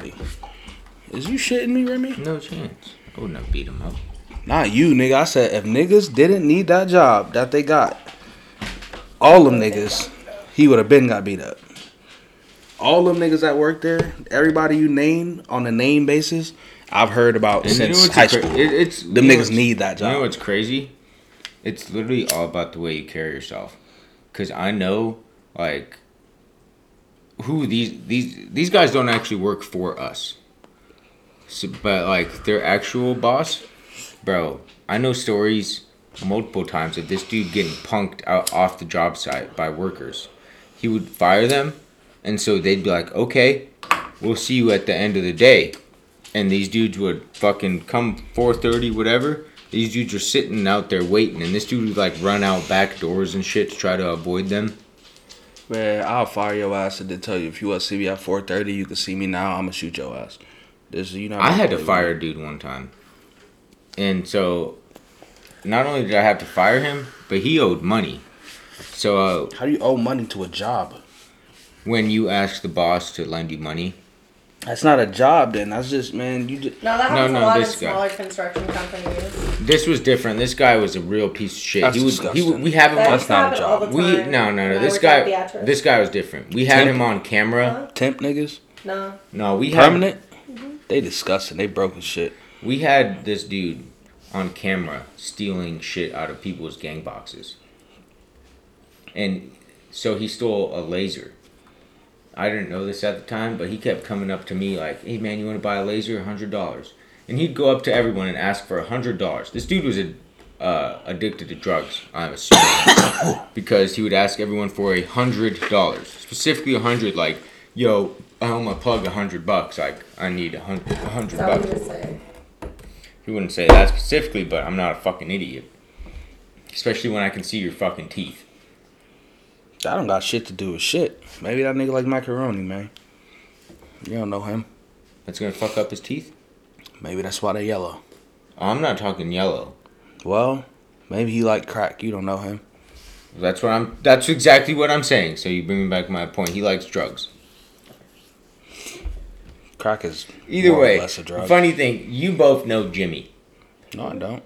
Like, is you shitting me, Remy? No chance. I wouldn't have beat him up. Not you, nigga. I said if niggas didn't need that job that they got, all them niggas, he would have been got beat up. All them niggas that work there, everybody you name on a name basis, I've heard about And you know since what's high cra- school. it- it's Them you know niggas what's- need that You know job. what's crazy? It's literally all about the way you carry yourself. Cause I know, like, who these these these guys don't actually work for us, so, but like their actual boss, bro. I know stories multiple times of this dude getting punked out off the job site by workers. He would fire them, and so they'd be like, "Okay, we'll see you at the end of the day." and these dudes would fucking come 4:30 whatever. These dudes are sitting out there waiting, and this dude would like run out back doors and shit to try to avoid them. Man, I'll fire your ass and then tell you if you want to see me at four thirty, you can see me now. I'm gonna shoot your ass. This you know. I had to fire a dude one time, and so not only did I have to fire him, but he owed money. So uh, How do you owe money to a job? when you ask the boss to lend you money, That's not a job. Then that's just man. You just No, that happens no, a lot in this guy. smaller construction companies. this was different. This guy was a real piece of shit. That's he was, he, disgusting. we have him. That That's on, not a happened job. all the we time. no no no. When I This worked at guy Beatrice. this guy was different. We had Temp- him on camera. temp niggas, No. No, we had permanent. They disgusting. They broken shit. We had this dude on camera stealing shit out of people's gang boxes. And so he stole a laser. I didn't know this at the time, but he kept coming up to me like, hey man, you want to buy a laser? $100. And he'd go up to everyone and ask for $100. This dude was a, uh, addicted to drugs, I'm assuming. because he would ask everyone for a $100. Specifically a 100 like, yo, I owe my plug a 100 bucks. Like, I need a 100, a 100 That bucks. would just say. He wouldn't say that specifically, but I'm not a fucking idiot. Especially when I can see your fucking teeth. I don't got shit to do with shit. Maybe that nigga like macaroni, man. You don't know him. That's gonna fuck up his teeth? Maybe that's why they yellow. Oh, I'm not talking yellow. Well, maybe he like crack. You don't know him. That's what I'm. That's exactly what I'm saying. So you bring me back my point. He likes drugs. Crack is Either more or way, less a drug. funny thing, you both know Jimmy No, I don't.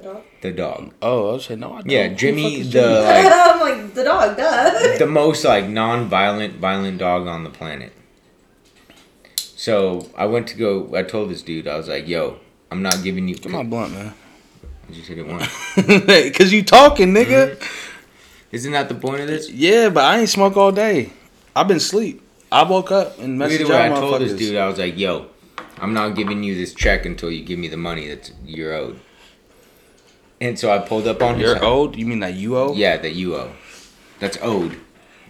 dog. the dog. Oh, I said no, I don't. Yeah, Who the fuck Jimmy is the like I'm like, the dog, duh. the most like non-violent violent dog on the planet. So I went to go. I told this dude I was like, "Yo, I'm not giving you." Come on, blunt, man. You said it once. Cause you talking, nigga. Isn't that the point of this? Mm-hmm. Yeah, but I ain't smoke all day. I've been sleep. I woke up and messaged Either y'all way, I motherfuckers. told this dude, I was like, yo, I'm not giving you this check until you give me the money that's you're owed. And so I pulled up uh, on his You're old. You mean that you old? Yeah, that you owe. That's owed.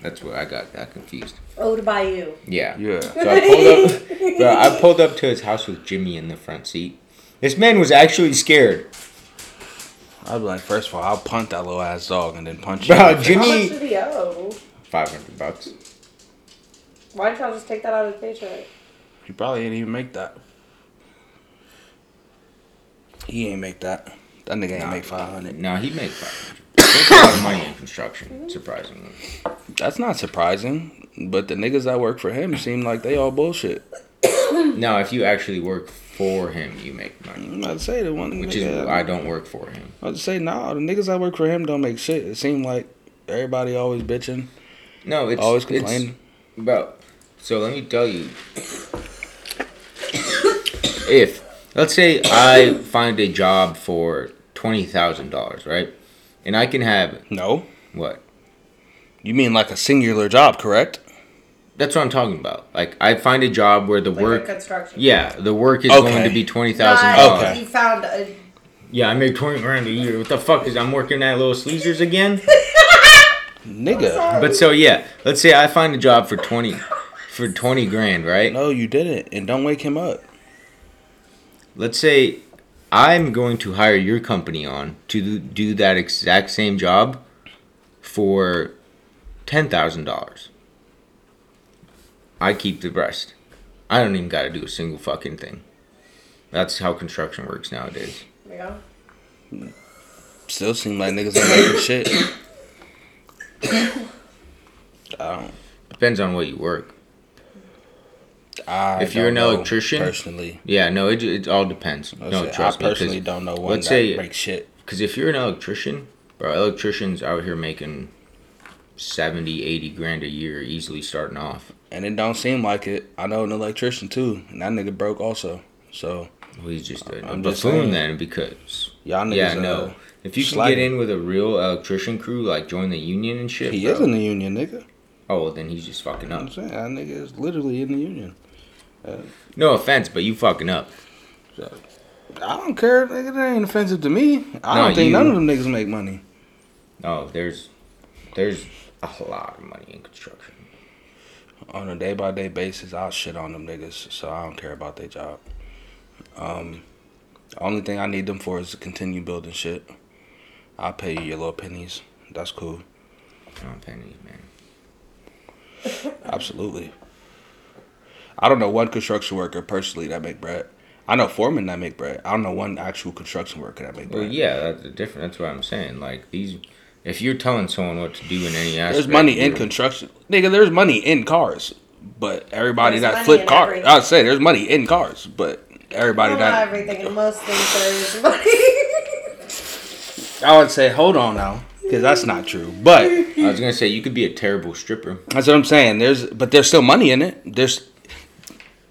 That's where I got got confused. Owed by you. Yeah. Yeah. So I pulled up bro, I pulled up to his house with Jimmy in the front seat. This man was actually scared. I'd be like, first of all, I'll punt that little ass dog and then punch you. in Bro, the How much Jimmy did he owe? five hundred bucks. Why didn't y'all just take that out of the paycheck? face. He probably didn't even make that. He ain't make that. That nigga ain't make five hundred. No, he made five hundred. That's a lot of money in construction, surprisingly. That's not surprising. But the niggas that work for him seem like they all bullshit. No, if you actually work for him, you make money. I'd say the one Which nigga, is I don't work for him. I'd say nah. The niggas that work for him don't make shit. It seemed like everybody always bitching, No, it's always it's- complaining. Bro, so let me tell you. if let's say I find a job for twenty thousand dollars, right? And I can have No, what? you mean like a singular job, correct? That's what I'm talking about. Like I find a job where the Like work a construction. Yeah, the work is Okay. going to be twenty thousand Not dollars. Okay. You found a. Yeah, I make twenty grand a year. What the fuck is I'm working at Little Sleezers again? Nigga, but so yeah, let's say I find a job for twenty for twenty grand, right? no, you didn't, and don't wake him up. let's say I'm going to hire your company on to do that exact same job for ten thousand dollars. I keep the rest. I don't even got to do a single fucking thing. That's how construction works nowadays. There you go. Still seem like niggas ain't making shit. I don't. Depends on what you work. I If you're don't an know, electrician, personally, Yeah, no, it it all depends. I'll no, say trust I me, 'cause- personally don't know one let's that say- breaks shit. Because if you're an electrician, bro, electricians out here making 70, 80 grand a year easily starting off. And it don't seem like it. I know an electrician too, and that nigga broke also. So Well, he's just a, I'm a just buffoon saying. then because. y'all niggas, Yeah, uh, no. If you can sliding. get in with a real electrician crew, like join the union and shit. he bro, is in the union, nigga. Oh, well, then he's just fucking I'm up. saying that nigga is literally in the union. No offense, but you fucking up. I don't care, nigga. That ain't offensive to me. I No, don't think you- none of them niggas make money. Oh, there's, there's a lot of money in construction. on a day by day basis, I'll shit on them niggas, so I don't care about their job. Um, the only thing I need them for is to continue building shit. I'll pay you your little pennies. That's cool. Oh, pennies, man. Absolutely. I don't know one construction worker personally that make bread. I know foremen that make bread. I don't know one actual construction worker that make bread. Well, yeah, that's different. That's what I'm saying. Like these, if you're telling someone what to do in any aspect, There's money in you're- construction, nigga. There's money in cars, but everybody There's that money flip in cars. everything. I'd say there's money in cars, but everybody Well, that not everything and most things there is money. I would say, hold on now, because that's not true. But I was gonna say you could be a terrible stripper. that's what I'm saying. There's, but there's still money in it. There's,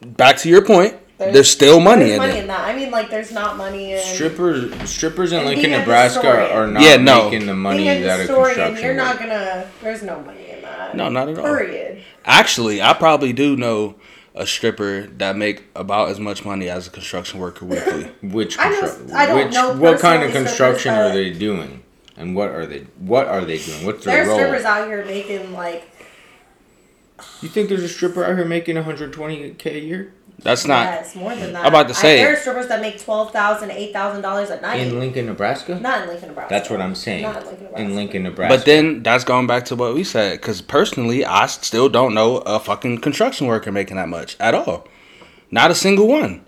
back to your point, there's, still money there's in money it. in that. I mean, like, there's not money in Strippers, strippers in And Lincoln, being a Nebraska historian. are not Yeah, no. making the being money a that a historian. construction. You're not worker- gonna. There's no money in that. No, not at all. Period. Actually, I probably do know a stripper that make about as much money as a construction worker weekly. Which I know- constru- I don't which know what kind of personally construction strippers, are they doing, and what are they what are they doing? What's their There's role? strippers out here making like You think there's a stripper out here making 120k a year That's not. yes, more than that. Uh, I'm about to I- say- there are strippers that make twelve thousand, eight thousand dollars a night. in Lincoln, Nebraska? not in Lincoln, Nebraska. That's what I'm saying. Not in Lincoln, Nebraska. in Lincoln, Nebraska. But then that's going back to what we said, because personally, I still don't know a fucking construction worker making that much at all. Not a single one.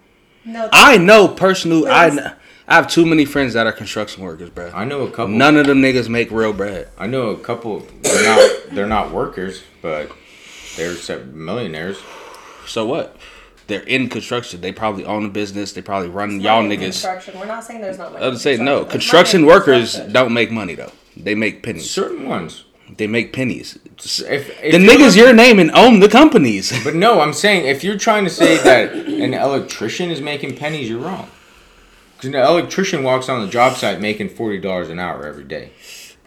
No, I know personally. I, Friends. kn- I have too many friends that are construction workers, bruh. I know a couple. None of them niggas make real bread. I know a couple. They're not. They're not workers, but they're se- millionaires. So what? They're in construction. They probably own a business. They probably run y'all Money in niggas. Construction. We're not saying there's not money. I in would say no. There's Construction money in workers construction. don't make money though. They make pennies. Certain ones. They make pennies. If, if The you're- niggas your name and own the companies. But no, I'm saying if you're trying to say that an electrician is making pennies, you're wrong. Because an electrician walks on the job site making forty dollars an hour every day.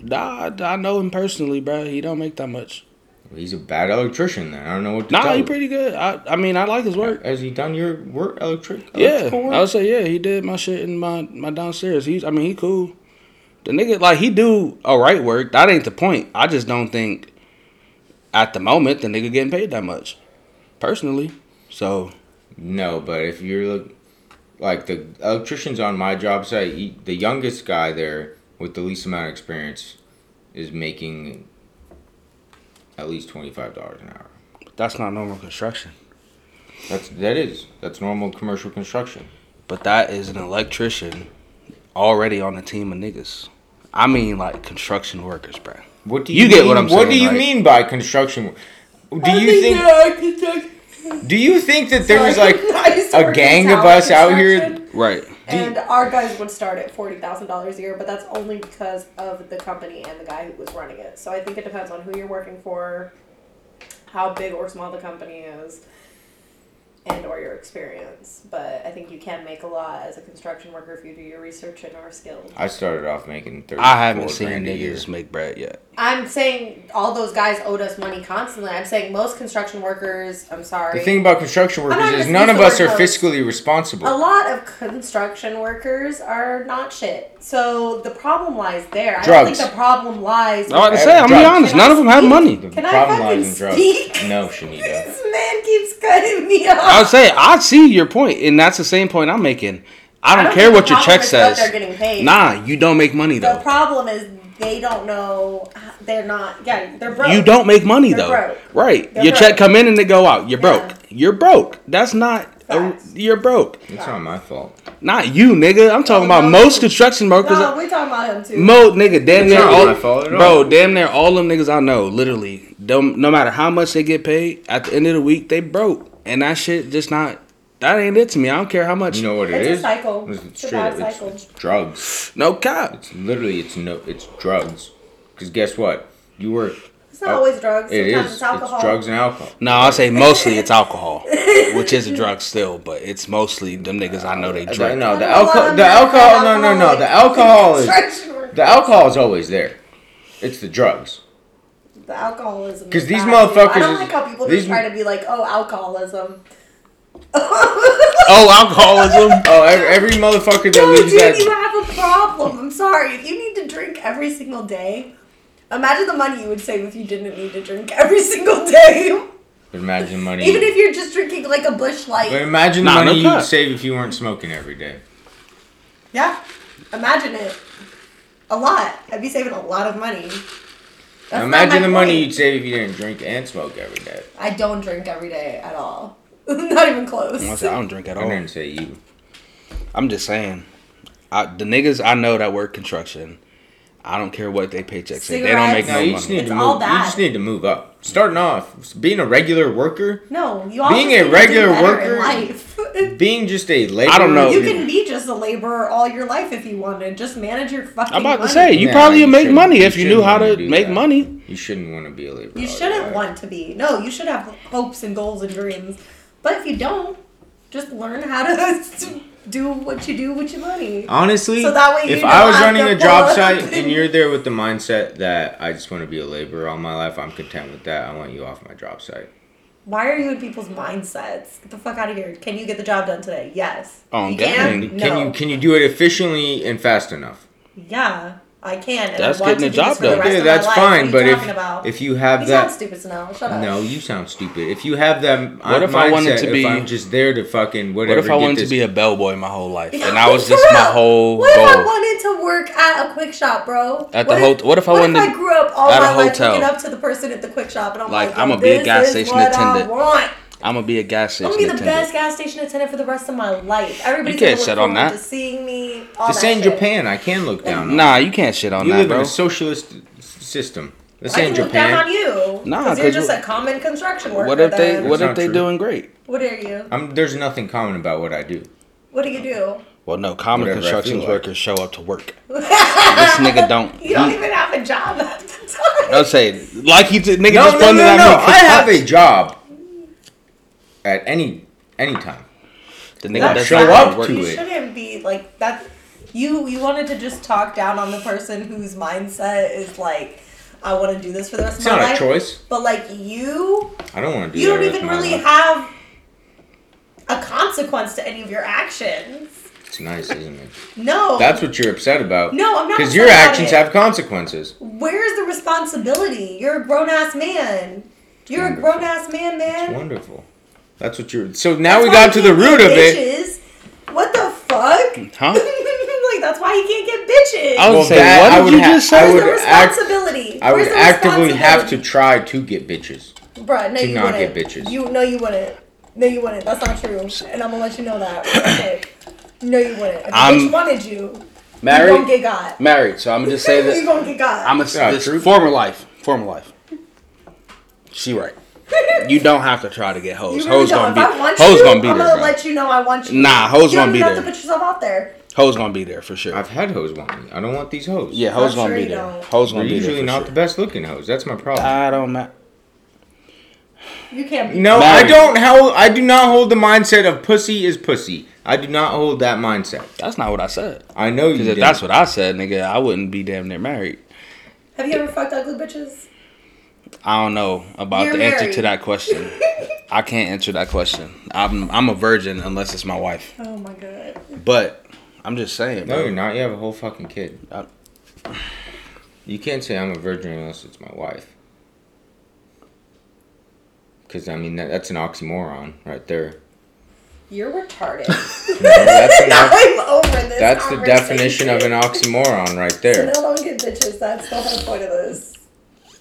nah, I I know him personally, bro. He don't make that much. Well, he's a bad electrician. Then I don't know what to Nah, tell he you. pretty good. I, I mean, I like his work. Has he done your work, electric? Yeah, electrical work? I would say yeah. He did my shit in my my downstairs. He's I mean he cool. The nigga like he do all right work. That ain't the point. I just don't think at the moment the nigga getting paid that much, personally. So No, but if you're look- like the electricians on my job site, he- the youngest guy there with the least amount of experience is making at least twenty five dollars an hour. that's not normal construction. That's that is that's normal commercial construction. But that is an electrician already on a team of niggas. I mean like construction workers, bro. What do You you, get mean- what I'm What do saying, you right? mean by construction? Do you think do you think that there was like a gang of us out here? Right. And our guys would start at forty thousand dollars a year, but that's only because of the company and the guy who was running it. So I think it depends on who you're working for, how big or small the company is, and or your experience. But I think you can make a lot as a construction worker if you do your research and are skilled. I started off making thirty. I haven't seen a year. niggas make bread yet. I'm saying all those guys owed us money constantly. I'm saying most construction workers. I'm sorry. The thing about construction not workers gonna is use none the of us word are those. fiscally responsible. a lot of construction workers are not shit. So the problem lies there. I don't Drugs. think the problem lies. I was Hey, say, I'm gonna be drugs. honest, none of them have Can I money. The Can I problem fucking lies in drugs. speak? No, Shanita. This man keeps cutting me off. I would say I see your point, and that's the same point I'm making. I don't, care think what the your problem check is says. what They're getting paid. Nah, you don't make money The though. problem is they don't know. uh, They're not. Yeah, they're broke. You don't make money They're though. broke. Right. They're your check broke. come in and they go out. You're Yeah. broke. You're broke. That's not a, Facts. you're broke. It's not my fault. Not you, nigga. I'm talking No, about no. most construction workers. No, we're talking about him too. Mo nigga, damn It's near not all, my fault at bro, all. damn near all them niggas I know, literally, them, no matter how much they get paid, at the end of the week they broke. and that shit just not. That ain't it to me. I don't care how much. You know what it It's a is? cycle. It's It's a straight bad up- it's- cycle. It's drugs. No cap. It's literally it's no it's drugs. Because guess what? You were. It's not always drugs. It Sometimes is. it's alcohol. It's drugs and alcohol. No, I say mostly it's alcohol, which is a drug still, but it's mostly them niggas I know they drink. No, the I don't alcohol. The love that. alcohol. No, no, no. Alcoholic. The alcohol is. Treasure. The alcohol is always there. It's the drugs. The alcoholism. 'Cause is these bad. motherfuckers I don't is- like how people these- just try to be like, oh, alcoholism. Oh, alcoholism. Oh, every, every motherfucker that No, leaves dude, you that. have a problem. I'm sorry. If you need to drink every single day, imagine the money you would save if you didn't need to drink every single day. Imagine money. Even if you're just drinking like a bush light. but imagine the Nah, money no you'd cut. save if you weren't smoking every day. Yeah. Imagine it. A lot. I'd be saving a lot of money. That's not imagine my the money point. you'd save if you didn't drink and smoke every day. I don't drink every day at all. Not even close. I say I don't drink at I all. didn't say you. I'm just saying, I, the niggas I know that work construction, I don't care what they paycheck say, they don't make Cigarettes. No, no you just money. need It's to all move. You just bad. need to move up. Starting off, being a regular worker, No, you all Being a just need to do regular better worker- in life. being just a laborer. don't know. you can be just a laborer all your life if you wanted. Just manage your fucking. I'm about to money. say you Nah, probably you would make shouldn't- money you if you knew shouldn't how to wanna do make that. money. You shouldn't want to be a laborer. you all shouldn't your life. want to be. No, you should have hopes and goals and dreams. But if you don't, just learn how to do what you do with your money. Honestly, So that way you if know I was I'm running a the job boss. site and you're there with the mindset that I just want to be a laborer all my life, I'm content with that. I want you off my job site. Why are you in people's mindsets? Get the fuck out of here. Can you get the job done today? Yes. Oh, you dang. And can you can you do it efficiently and fast enough? Yeah, I can. And That's I want getting the to do job this for done. The rest Okay, of my that's life. fine, what but are you talking if about? if you have you sound that, stupid, Sonal. Shut up. no, you sound stupid. If you have them, What if I wanted to be- If I'm just there to fucking What whatever. if I get wanted to this- be a bellboy my whole life, and I was just my whole What if I goal? wanted to work at a quick shop, bro? At what the if, hot- what if I wanted What if I grew up all at a my life hotel? looking up to the person at the quick shop, and I'm like, Like, I'm a this big gas is station what attendant. I want. I'm gonna be a gas station I'm gonna be the attendant. best gas station attendant for the rest of my life. Everybody's can't gonna look shit on forward that. to seeing me. All This that ain't shit. Japan. I can look down. on Nah, you can't shit on you that, live in bro. a socialist s- system. This I ain't can look down on Japan. you. Nah, because you're 'cause just what- a common construction worker. What if they? then. What That's if not they true. doing great? What are you? I'm, there's nothing common about what I do. What do you do? Well, no, common Whatever I construction feel like. workers show up to work. this nigga don't. You don't even have a job at the time. I'll say like he did. Nigga No, just no, no, pointed no. at me. I have a job at any any time. The nigga That's doesn't show show up up to work. You it. shouldn't be like that. You you wanted to just talk down on the person whose mindset is like, I want to do this for the rest It's of my not life. a choice. But like you, I don't want to do you that. don't with even my really life. have a consequence to any of your actions. It's nice, isn't it? No, That's what you're upset about. No, I'm not Because upset your about actions it. have consequences. where's the responsibility? You're a grown ass man. You're a Wonderful. grown ass man, It's man. wonderful. That's what you're. So now we got to the root of it. it. What the fuck? Huh? like that's why he can't get bitches. I was Well, saying, that what I did would you ha- just I say? Where's would the act- responsibility? I would Where's the actively have to responsibility? try to get bitches. Bruh, no, to you not wouldn't. get bitches. You no, you wouldn't. No, you wouldn't. That's not true. And I'm gonna let you know that. Okay. no, you wouldn't. If a I'm bitch wanted you, you Married, gonna get got. married. So I'm gonna just say you that gonna get got. I'm a Yeah, this true. former life. Former life. She right. You don't have to try to get hoes. you really hoes gonna don't. be. if I want Hoes you, gonna be I'm there. gonna bro. let you know I want you. Nah, hoes you gonna don't be even have there. to put yourself out there. Hoes gonna be there for sure. I've had hoes want me. I don't want these hoes. yeah, hoes I'm gonna sure be you there. don't. Hoes They're gonna be there. usually for not sure. the best looking hoes. That's my problem. I don't matter. You can't. Be No, Married. I don't hold. I do not hold the mindset of pussy is pussy. I do not hold that mindset. That's not what I said. I know you. Because if Didn't. that's what I said, nigga, I wouldn't be damn near married. Have you ever fucked ugly bitches? I don't know about You're the answer to married. that question. I can't answer that question. I'm I'm a virgin unless it's my wife. Oh my god. But I'm just saying, No, bro. you're not. You have a whole fucking kid. I- You can't say I'm a virgin unless it's my wife. Because I mean that, that's an oxymoron right there. You're retarded. No, that's an ox- I'm over this. that's the definition conversation. of an oxymoron right And there. they don't get bitches. That's the whole point of this.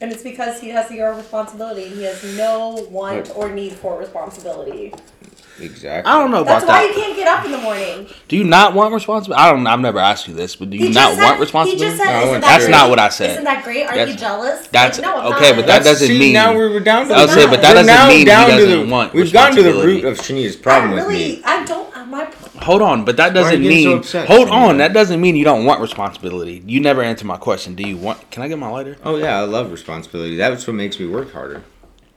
And it's because he has zero responsibility. He has no want Right. or need for responsibility. Exactly. I don't know That's about why that. you can't get up in the morning. Do you not want responsibility? I don't. I've never asked you this, but do you He not just said- want responsibility? He just No, said, I "Isn't want that That's great? not what I said. Isn't that great? Are you That's- jealous? Like, that's- no, I'm okay, but not. that That's- doesn't see, mean- now we're, we're down to I would say, but that we're doesn't now mean he down to doesn't the, want We've gotten to the responsibility. root of Shania's I problem with really, me. I don't. uh, My Hold on, but that Why are you doesn't getting so mean. upset, hold Sonya? on, that doesn't mean you don't want responsibility. You never answer my question. Do you want? Can I get my lighter? Oh yeah, I love responsibility. That's what makes me work harder.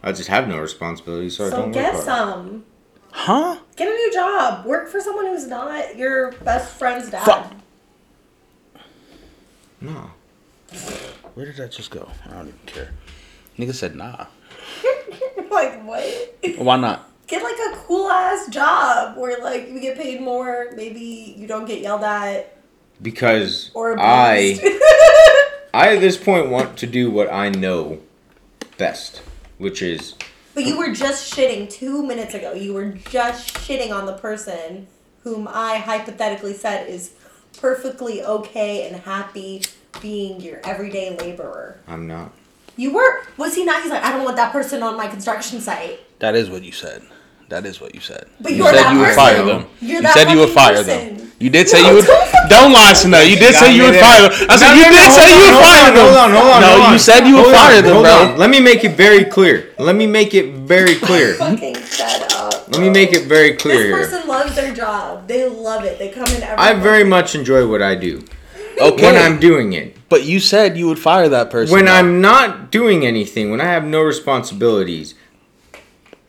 I just have no responsibility, so, I so don't work get hard. some. Huh? Get a new job. Work for someone who's not your best friend's dad. Fuck. No. Where did that just go? I don't even care. Nigga said nah. like what? Why not? Get like a cool ass job where like you get paid more. Maybe you don't get yelled at Because or abused. I I at this point want to do what I know best, which is but you were just shitting two minutes ago. You were just shitting on the person whom I hypothetically said is perfectly okay and happy being your everyday laborer. I'm not. You were was he not? He's like I don't want that person on my construction site. That is what you said. That is what you said. But you're said that you would person. fire them. You're you that said you would fire fucking person. them. You did say No, you would. don't fucking- Don't lie, Snow. You did Got say me you would there. fire them. I said No, you no, did no, say you hold on, would hold fire on, them. Hold on, hold on. No, hold you on. said you would Hold fire on, them, hold bro. on. Let me make it very clear. Let me make it very clear. Fucking shut up. Mm-hmm. Let me make it very clear This here. person loves their job. They love it. They come in every. I very much enjoy what I do when Okay, I'm doing it. but you said you would fire that person. When though. I'm not doing anything, when I have no responsibilities,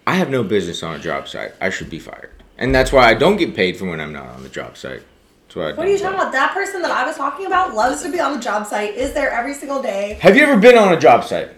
I have no business on a job site. I should be fired. And that's why I don't get paid for when I'm not on the job site. That's why I What are you don't talking work. about? That person that I was talking about loves to be on the job site. Is there every single day? Have you ever been on a job site?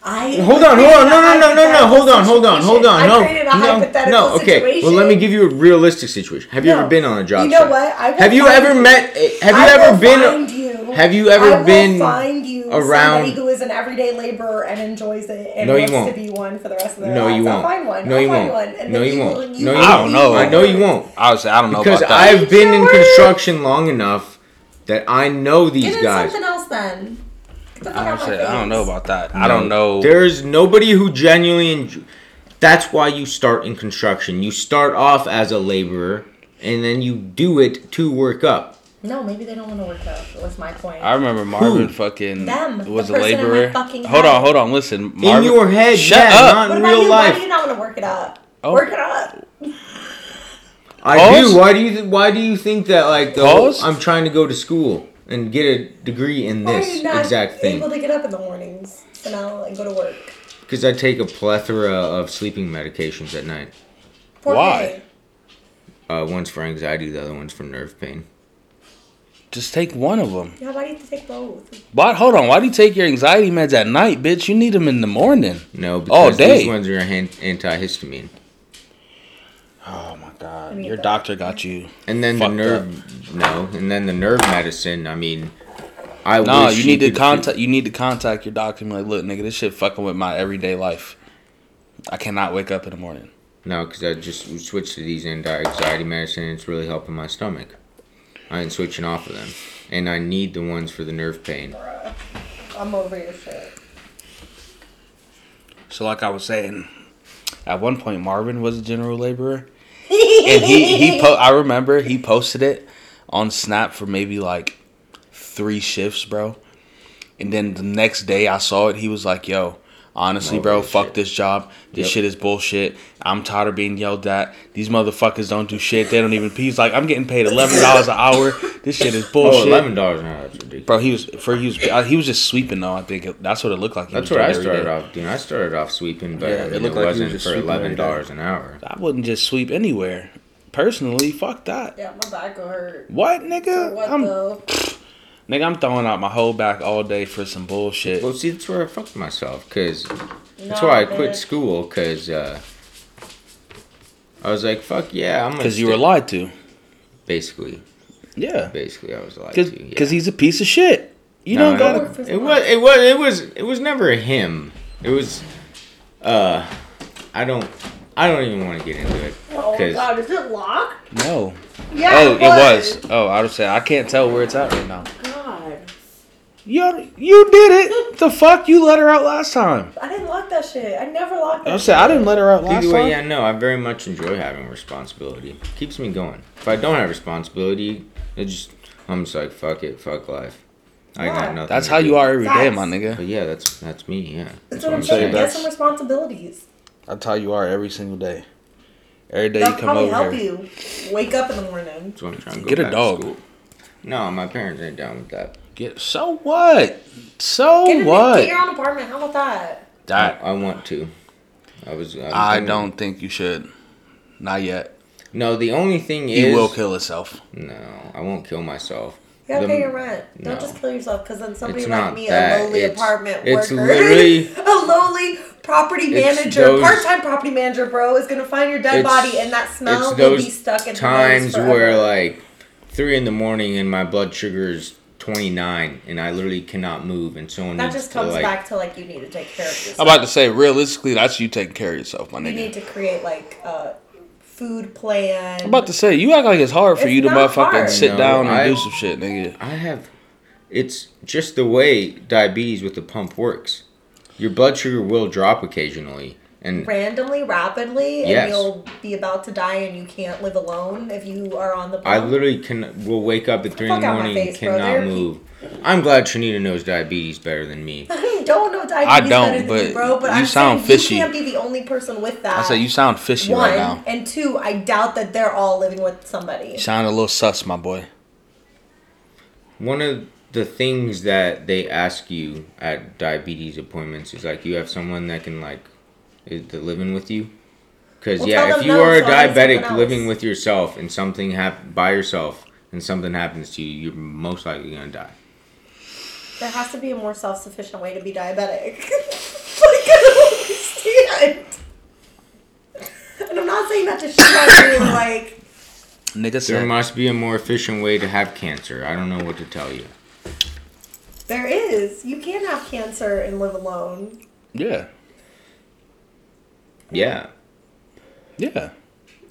I Hold on, hold on, no, no, no, no, no, hold on, hold on, hold on, I no, created a no, hypothetical no. Okay, situation. well, let me give you a realistic situation. Have you No. ever been on a job? You know site? what? I will Have you find ever you. met? Have you I ever will been? Find you. Have you ever I will been find you around- somebody who is an everyday laborer and enjoys it and No, you wants won't. to be one for the rest of their No, lives? you I'll won't. find one. No, I'll you find won't. one. And No, then you won't. No, will- will you I don't be know. one. I know you won't. I was. I don't know Because about that. I've been in Shower. construction long enough that I know these Get in guys. something else then. Get the fuck I out don't, my say- I don't face. know about that. I don't know. There's nobody who genuinely enjoy. That's why you start in construction. You start off as a laborer, and then you do it to work up. No, maybe they don't want to work out. That's my point. I remember Marvin Who? fucking Them. The was a person in my laborer. fucking Hold head. on, hold on. Listen, in Marvin, your head, Shut yeah, up. not what in about real you? Why do life. you not want to work it up? Oh. Work it up. I Pause? do. Why do you? Why do you think that? Like, the whole, Pause? I'm trying to go to school and get a degree in Why this are you not exact able thing to get up in the mornings and out and go to work? because I take a plethora of sleeping medications at night. Poor Why? thing. Uh, one's for anxiety, the other one's for nerve pain. Just take one of them. Yeah, why do you have to take both? Why? Hold on. Why do you take your anxiety meds at night, bitch? You need them in the morning. No, because All day. these ones are han- antihistamine. Oh my I god, need your that. doctor got you. And then Fucked the nerve, no, and then the nerve medicine. I mean, I No, wish you need to could do- contact. You need to contact your doctor and be like, look, nigga, this shit fucking with my everyday life. I cannot wake up in the morning. No, because I just switched to these anti-anxiety medicine. and it's really helping my stomach. I ain't switching off of them, and I need the ones for the nerve pain. Bruh. I'm over your shit. So, like I was saying, at one point Marvin was a general laborer, and he he po- I remember he posted it on Snap for maybe like three shifts, bro. And then the next day I saw it, he was like, "Yo, honestly, Over bro, this fuck shit." this job. This Yep. shit is bullshit. I'm tired of being yelled at. These motherfuckers don't do shit. They don't even." He's like, "I'm getting paid eleven dollars an hour. This shit is Oh, bullshit." eleven dollars an hour. That's ridiculous. Bro, he was for he was uh, he was just sweeping though. I think that's what it looked like. He That's was where I doing every started day. off, dude. I started off sweeping, but Yeah, I it mean, it, looked like you were wasn't just for sweeping every eleven day. dollars an hour. I wouldn't just sweep anywhere. Personally, fuck that. yeah, my back hurt. What nigga? What I'm though? nigga. I'm throwing out my whole back all day for some bullshit. Well, see, that's where I fucked myself, cause That's No, why I bitch. quit school because uh, I was like, "Fuck yeah, I'm." gonna Because you were stick- lied to. Basically, Yeah. basically, I was like, Because he's a piece of shit. You no, don't no, gotta. gotta- It was. It was. It was. It was never him. It was. Uh, I don't. I don't even want to get into it Oh my because god, is it locked? No. Oh, Yeah. Oh, it was. Oh, I was saying I can't tell where it's at right now. God. You you did it. The fuck you let her out last time. I didn't lock that shit. I never locked that. I said I didn't let her out last Either way, time. yeah, no, I very much enjoy having responsibility. Keeps me going. If I don't have responsibility, it just I'm just like fuck it, fuck life. I Yeah. got nothing. That's to how do. you are every day, Facts. my nigga. But yeah, that's that's me. Yeah, that's, That's what I'm saying. Get that's- some responsibilities. That's how you are every single day. Every day you That'll come probably help over here. you wake up in the morning. That's what I'm trying to go Get a back to dog. school. No, my parents ain't down with that. Get so what? So Oh, Get, a, what? get your own apartment. How about that? I, That- I want to. I was. I, was I thinking- don't think you should. Not yet. No, the only thing You is. will kill yourself. No, I won't kill myself. You gotta The- pay your rent. Don't no. just kill yourself, because then somebody It's like not me, that. a lowly It's- apartment it's worker, literally- a lowly property It's manager, those- part-time property manager, bro, is gonna find your dead It's- body, and that smell it's will be those stuck in Times the nose where forever. like three in the morning and my blood sugar is twenty nine and I literally cannot move and someone that needs just to, comes like, back to like you need to take care of Mm-hmm. I'm yourself. about to say, realistically, that's you taking care of yourself, my You need nigga. to create like a food plan. I'm about to say, you act like it's hard for It's you to not motherfucking hard. sit No, down and I- do some shit, nigga. I have. It's just the way diabetes with the pump works. Your blood sugar will drop occasionally, and randomly, rapidly, and Yes. you'll be about to die, and you can't live alone if you are on the. I pump. literally can will wake up at three in fuck the out my morning and face, bro. cannot There are move. I'm glad Trinita knows diabetes better than me. I don't know diabetes I don't, better than but you, bro. But you I'm sound saying fishy. You can't be the only person with that. I say you sound fishy one right now. and two. I doubt that they're all living with somebody. You sound a little sus, my boy. One of the things that they ask you at diabetes appointments is like, you have someone that can like, is the living with you. Because Well, tell yeah, if them you no, are a so I need someone diabetic living else. with yourself and something hap- by yourself and something happens to you, you're most likely gonna die. There has to be a more self-sufficient way to be diabetic. like I don't understand. And I'm not saying that to shit on you. Like Nigga There said, must be a more efficient way to have cancer. I don't know what to tell you. there is. You can have cancer and live alone. yeah, Yeah, yeah.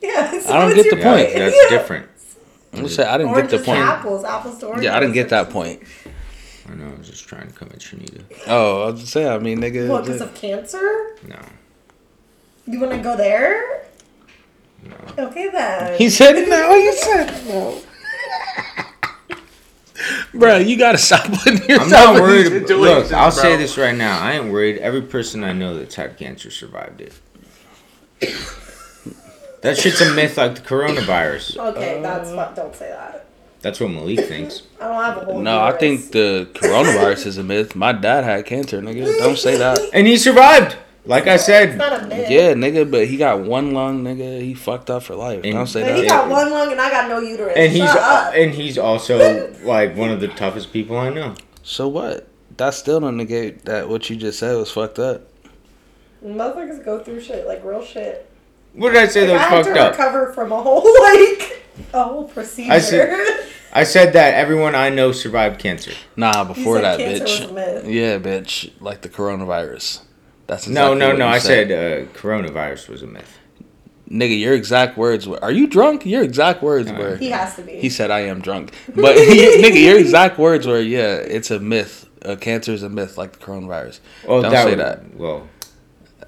Yeah. So I don't what's get your the yeah point. that's Yeah. different. I said I didn't Oranges get the to point. apples, apples to oranges. Yeah, I didn't get that point. I know. I was just trying to come at Trinita. Oh, I was just saying. I mean, nigga. What? Because of cancer? No, You want to go there? no. Okay then. He said no. He said no. Bro, you gotta stop putting I'm yourself. not in worried. these ab- situations, Look, I'll bro. say this right now. I ain't worried. Every person I know that's had cancer survived it. that shit's a myth, like the coronavirus. Okay, that's fu- don't say that. That's what Malik thinks. I don't have a whole. No, I uterus. think the coronavirus is a myth. My dad had cancer, nigga. Don't say that. And he survived. Like I it's said, not a myth. Yeah, nigga, but he got one lung, nigga. He fucked up for life. And- Don't say But he that. got one lung and I got no uterus. and he's Shut up. and he's also like one of the toughest people I know. So what? That still don't negate that what you just said was fucked up. Motherfuckers go through shit like real shit. What did I say that I had was to fucked up? recover from a whole like a whole procedure. I said- I said that everyone I know survived cancer. Nah, before said that, cancer bitch. was a myth. Yeah, bitch. Like the coronavirus. That's exactly No, no, what no. you I said uh, coronavirus was a myth. nigga, your exact words were, "Are you drunk?" Your exact words were, he has to be. "He said I am drunk." But nigga, your exact words were, "Yeah, it's a myth. Uh, cancer is a myth, like the coronavirus." Well, Don't Oh, that say was, that. Well,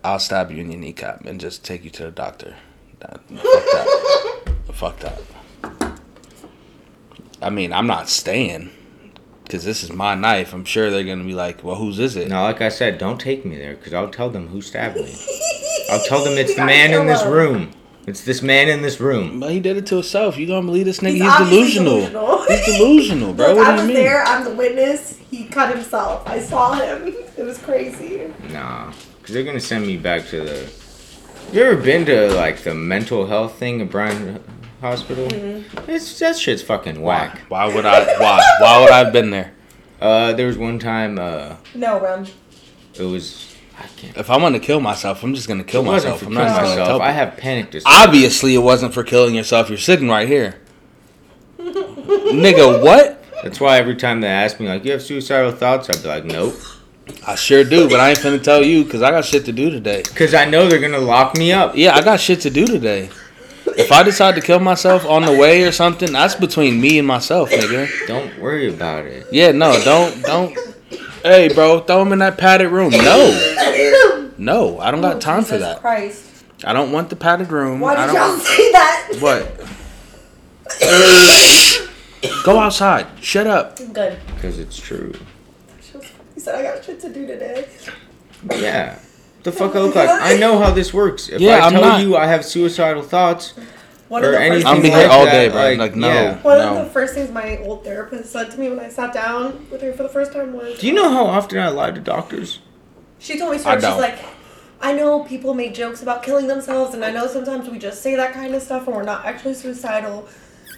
I'll stab you in your kneecap and just take you to the doctor. That, fuck that. fuck that. I mean, I'm not staying because this is my knife. I'm sure they're gonna be like, "Well, whose is it?" no. Like I said, don't take me there because I'll tell them who stabbed me. I'll tell them it's You the gotta man kill in this him. room. It's this man in this room. But he did it to himself. You gonna believe this nigga? He's He's, obviously delusional. delusional. He's delusional, bro. Look, what I do was you mean? there. I'm the witness. He cut himself. I saw him. It was crazy. Nah, because they're gonna send me back to the. You ever been to like the mental health thing at Bryan Hospital? Mm-hmm. It's that shit's fucking whack. Why would I? Why? Why would I have been there? Uh, there was one time. Uh, No, run. it was. I can't. If I'm gonna kill myself, I'm just gonna kill It wasn't myself. for I'm killing not just gonna myself. tell I have- have panic disorder. Obviously, it wasn't for killing yourself. You're sitting right here, nigga. What? That's why every time they ask me like, "You have suicidal thoughts?" I'd be like, "Nope," I sure do, but I ain't finna tell you because I got shit to do today. because I know they're gonna lock me up. Yeah, I got shit to do today. If I decide to kill myself on the way or something, that's between me and myself, nigga. Don't worry about it. Yeah, no, don't, don't. Hey, bro, throw him in that padded room. No, no, I don't got time for Jesus that. Christ. I don't want the padded room. Why I did don't. y'all say that? What? Go outside. Shut up. Good. Because it's true. He said, I got shit to do today. Yeah. The fuck I look like? I know how this works. If Yeah, I I'm tell not- you I have suicidal thoughts One or of the first anything I'm things be like here all that, day, bro. Like, Like, no. yeah. One No. of the first things my old therapist said to me when I sat down with her for the first time was, Do you know how often I lie to doctors? She told me stories. I She's don't. like, I know people make jokes about killing themselves, and I know sometimes we just say that kind of stuff and we're not actually suicidal.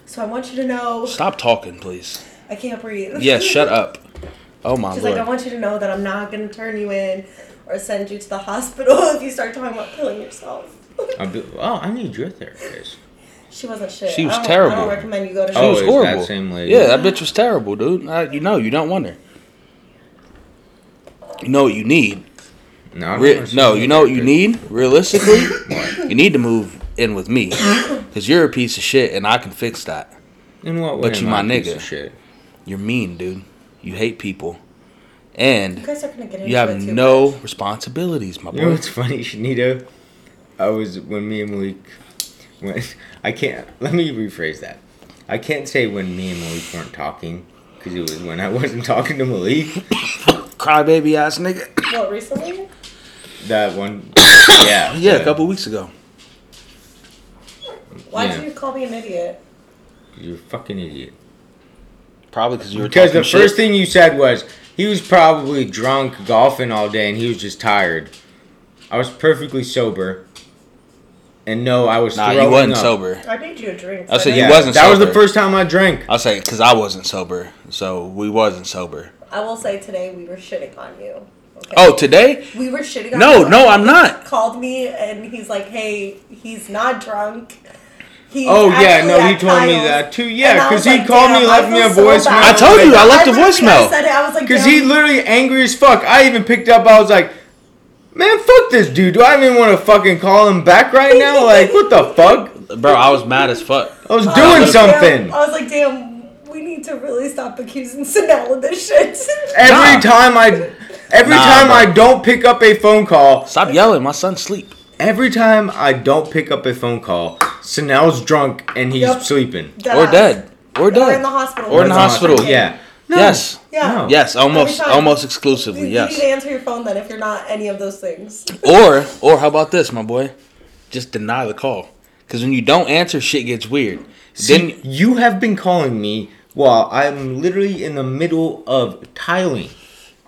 So I want you to know Stop talking, please. I can't breathe. Yeah, shut up. Oh my She's lord. like, I want you to know that I'm not gonna turn you in or send you to the hospital if you start talking about killing yourself. I'll be, oh, I need your therapist. she wasn't shit. She was I don't, I terrible. don't recommend you go to. She Oh, was is shit. that horrible. same lady? Yeah, that bitch was terrible, dude. I, you know, you don't want her. You know what you need. No, I don't Re- wanna see no, you know what you therapist. need. Realistically, you need to move in with me, cause you're a piece of shit, and I can fix that. In what way? But you am I my a piece nigga. of Shit? You're mean, dude. You hate people, You and guys are gonna get into you have it too no much. responsibilities, my You know boy. what's funny, Shanita? I was when me and Malik when I can't let me rephrase that. I can't say when me and Malik weren't talking because it was when I wasn't talking to Malik. Crybaby ass nigga. What recently? That one, yeah, Yeah, a couple weeks ago. Why Yeah. did you call me an idiot? You're a fucking idiot. Probably because you were Because the talking first shit. thing you said was he was probably drunk golfing all day and he was just tired. I was perfectly sober, and no, I was Nah, throwing you wasn't up. sober. I made you a drink. I so said I you Yeah, didn't- wasn't That was the sober. first time I drank. I say because I wasn't sober, so we wasn't sober. I will say today we were shitting on you. Okay? Oh, today? We were shitting on No, him. no, I'm not. Called me and he's like, "Hey, he's not drunk." He's Oh yeah, actually no, he at told me Kyle's." that too. And Yeah, I was because he like, called "Damn, me, I left me a feel so voicemail. bad." I told you, I left a literally- voicemail. I said it. I was like, Because he "Damn." literally angry as fuck. I even picked up. I was like, man, fuck this dude. Do I even want to fucking call him back right now? Like, what the fuck? Bro, I was mad as fuck. I was I was doing like, something. "Damn." I was like, "Damn, we need to really stop accusing Sanel of this shit." Every Nah. time I, every Nah, time bro. I don't pick up a phone call, Stop yelling. My son's sleep. every time I don't pick up a phone call, Sanel's drunk and he's Yep. sleeping. Dead Or ass. dead. Or Or in the dead. hospital. Or in the That's all I- hospital. Yeah. Yes. Yeah. No. Yes, almost Every time. almost You, exclusively, you need to yes. answer your phone then if you're not any of those things. Or or how about this, my boy? Just deny the call. Cause when you don't answer, shit gets weird. See, then you have been calling me while I'm literally in the middle of tiling.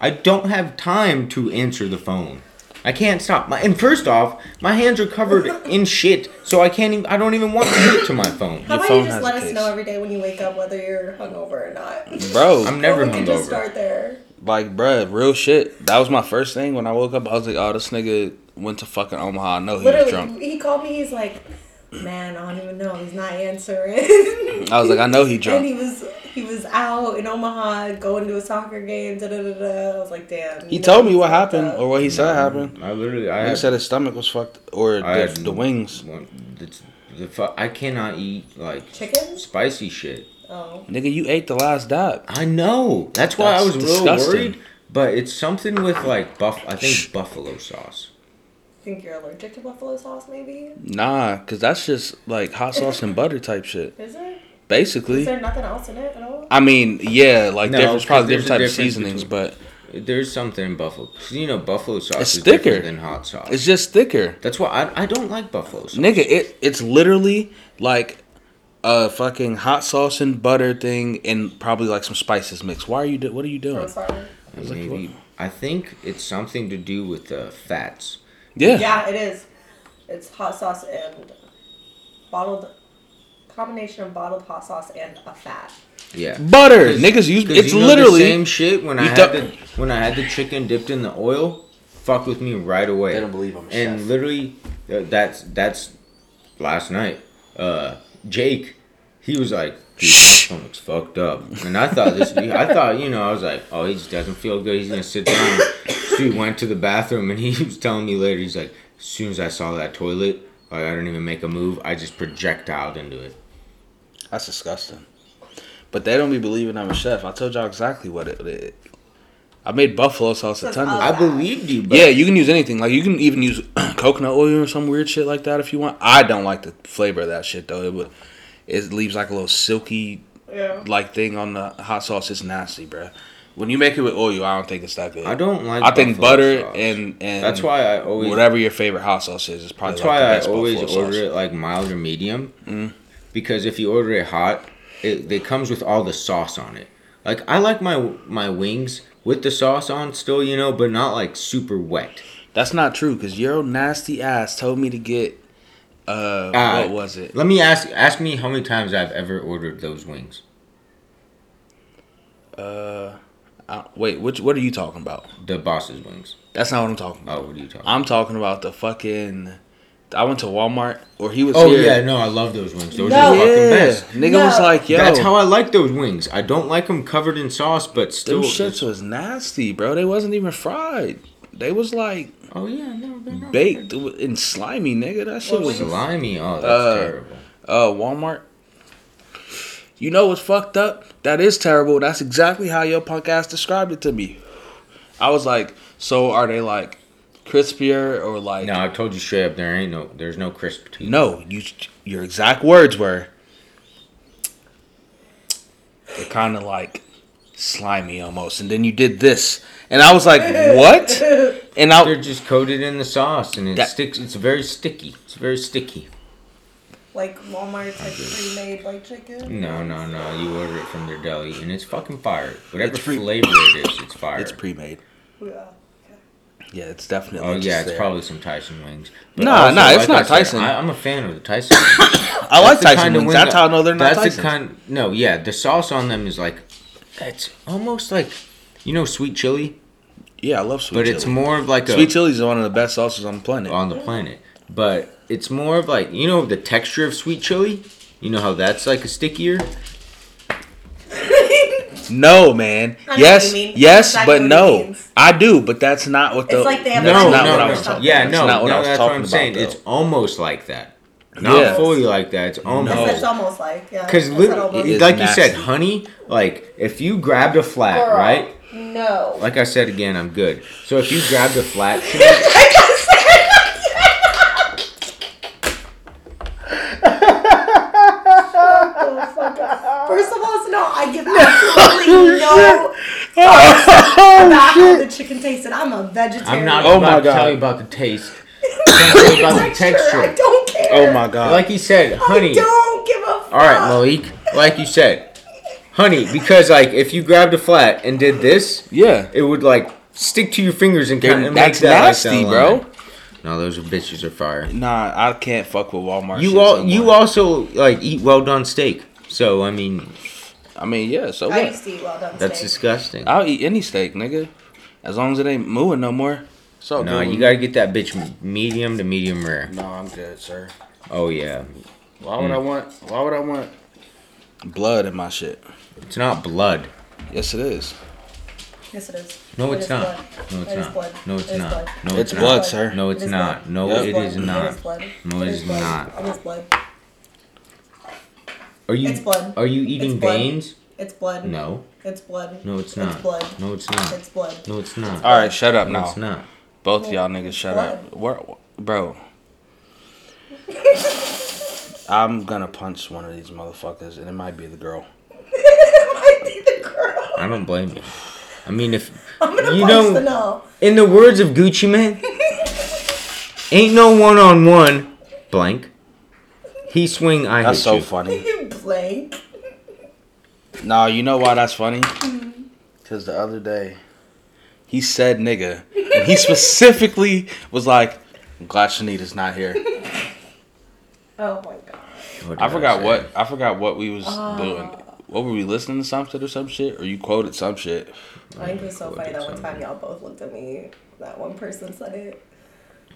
I don't have time to answer the phone. I can't stop. My, and first off, my hands are covered in shit, so I can't even. I don't even want to get to my phone. How Your about phone you just has let a us case. know every day when you wake up whether you're hungover or not? bro, I'm never Or we could just hungover. start there. like bruh, real shit. That was my first thing when I woke up. I was like, oh, this nigga went to fucking Omaha. I know he was drunk. Literally, he called me. He's like, "Man, I don't even know. He's not answering." I was like, I know he and he drunk. was he was out in Omaha going to a soccer game. Da da da da. I was like, "Damn." He you told know me what he's fucked happened up. or what he said happened. I literally. I He had, said his stomach was fucked or I the, had the wings. one- The, the fu- I cannot eat like Chicken? spicy shit. oh, Nigga, you ate the last dab. I know. That's why I That's was real disgusting. worried. But it's something with like buff. I think buffalo sauce. think you're allergic to buffalo sauce? Maybe Nah, cause that's just like hot sauce and butter type shit. is it? Is Basically, there nothing else in it at all? I mean, yeah, like No, different, 'cause probably there's different a type of difference seasonings, between- but There's something in buffalo. 'cause you know, buffalo sauce It's is different thicker. than hot sauce. it's just thicker. That's why I, I don't like buffalo sauce. Nigga, it it's literally like a fucking hot sauce and butter thing, and probably like some spices mixed. Why are you? Do- what are you I'm doing? sorry. was like, Maybe I think it's something to do with the fats. Yeah, Yeah, it is. It's hot sauce and bottled combination of bottled hot sauce and a frat. Yeah. butter. 'Cause- Niggas use 'cause it's you know literally the same shit when I you had thought- the when I had the chicken dipped in the oil, fuck with me right away. They don't believe I'm a And chef. literally, uh, that's that's last night. Uh, Jake, he was like, "Dude, my stomach's fucked up," and I thought this. I thought you know, I was like, "Oh, he just doesn't feel good. He's gonna sit down." Dude went to the bathroom, and he was telling me later. He's like, "As soon as I saw that toilet, like I didn't even make a move. I just projectiled into it." That's disgusting. But they don't be believing I'm a chef. I told y'all exactly what it, it I made buffalo sauce a That's ton. Of awesome. I believed you, but yeah, you can use anything. Like you can even use coconut oil or some weird shit like that if you want. I don't like the flavor of that shit though. It would, it leaves like a little silky Yeah. like thing on the hot sauce. It's nasty, bruh. When you make it with oil, I don't think it's that good. I don't like. I think buffalo butter sauce. and and that's why I always whatever your favorite hot sauce is is probably That's like the why I best always buffalo order sauce. Mm. it like mild or medium, because if you order it hot, it, it comes with all the sauce on it. Like I like my my wings with the sauce on still, you know, but not like super wet. That's not true because your nasty ass told me to get uh Ah, what was it? Let me ask ask me how many times I've ever ordered those wings. Uh, I, wait, which what are you talking about? The boss's wings. That's not what I'm talking about. Oh, what are you talking? I'm talking about the fucking. I went to Walmart or he was oh here. yeah, no, I love those wings. Those are No. the yeah. fucking best. Nigga No. was like, yo, That's how I like those wings. I don't like them covered in sauce, but still. them shits was nasty, bro. They wasn't even fried. They was like oh yeah, no, they're not. baked and slimy, nigga. That shit was Salami. Oh, that's Uh, terrible. uh, Walmart. You know what's fucked up? That is terrible. That's exactly how your punk ass described it to me. I was like, so are they like crispier or like? No, I told you straight up. There ain't no. There's no crisp to them. No, you your exact words were. They're kind of like slimy almost, and then you did this, and I was like, what? And I They're just coated in the sauce, and it That- sticks. It's very sticky. It's very sticky. Like Walmart's like pre-made like chicken. No, no, no. You order it from their deli, and it's fucking fire. Whatever It's pre- flavor it is, it's fire. it's pre-made. Mm. Yeah. Okay. Yeah, it's definitely. Oh yeah, just it's there. probably some Tyson wings. Nah, also, nah, it's not I said, Tyson. I, I'm a fan of the Tyson. wings. I like That's the Tyson kind of wings. wing That's that- how I know they're not That's Tyson. the kind. No, yeah, the sauce on them is like, it's almost like, you know, sweet chili, yeah, I love sweet but chili. it's more of like a Sweet chilies is one of the best sauces on the planet. on the planet. But it's more of like you know the texture of sweet chili. You know how that's like a stickier. No, man. I know yes, what you mean. yes, Exactly but what it no. means. I do, but that's not what the. It's like they have that's a no, not no, what no, I was no. talking yeah, about. no, That's not what no, I was that's what talking I'm about. saying. though. It's almost like that, not Yeah. fully like that. It's almost. No. That's almost like yeah. Because that's Oh. literally, almost. it is like nasty. you said, honey, like if you grabbed a flat, Girl, right? No. Like I said again, I'm good. So if you grabbed a flat, First of all, it's no. I give absolutely Oh, no about how the chicken tasted. I'm a vegetarian. I'm not Oh about my to God. tell you about the taste. I'm telling you about the I texture. don't care. oh my god. Like you said, I honey. don't give a fuck. All right, Malik. Like you said, honey, because like if you grabbed a flat and did this, yeah. it would like stick to your fingers and They're- kind of that's make that like, nasty, that bro. line. No, those bitches are fire. Nah, I can't fuck with Walmart. shit You all, no you more. also like eat well done steak. So I mean, I mean, yeah. So I what? used to eat well done that's steak. disgusting. I'll eat any steak, nigga, as long as it ain't mooing no more. So No, you gotta get that bitch m- medium to medium rare. No, I'm good, sir. Oh yeah, Why would I want? Why would I want Mm. blood in my shit? it's not blood. Yes, it is. Yes, it is. No, It it's is not. blood. No, it's It is blood. not. No, it's It is not. blood. No, It's it's blood, not. sir. No, it's It is not. blood. No, Yep. it blood. is It not. is blood. No, it is blood. not. It is blood. Are you? It's blood. Are you eating It's blood. veins? It's blood. No. It's blood. No, it's It's not. blood. No, it's not. It's blood. No, it's not. All right, shut up No, now. it's not. Both of y'all niggas, shut up. Where, bro? I'm gonna punch one of these motherfuckers, and it might be the girl. it might be the girl. I don't blame you. I mean, if I'm gonna you punch the know, no. in the words of Gucci Man, ain't no one on one blank. He swing, I That's hit so you. funny. You blank. No, you know why that's funny? Mm-hmm. Because the other day, he said nigga, and he specifically was like, "I'm glad Shanita's not here." Oh my god. What I did forgot say? what I forgot what we was Oh. doing. What were we listening to something or some shit? Or you quoted some shit? I think it was so Recorded funny that one something. time y'all both looked at me. That one person said it.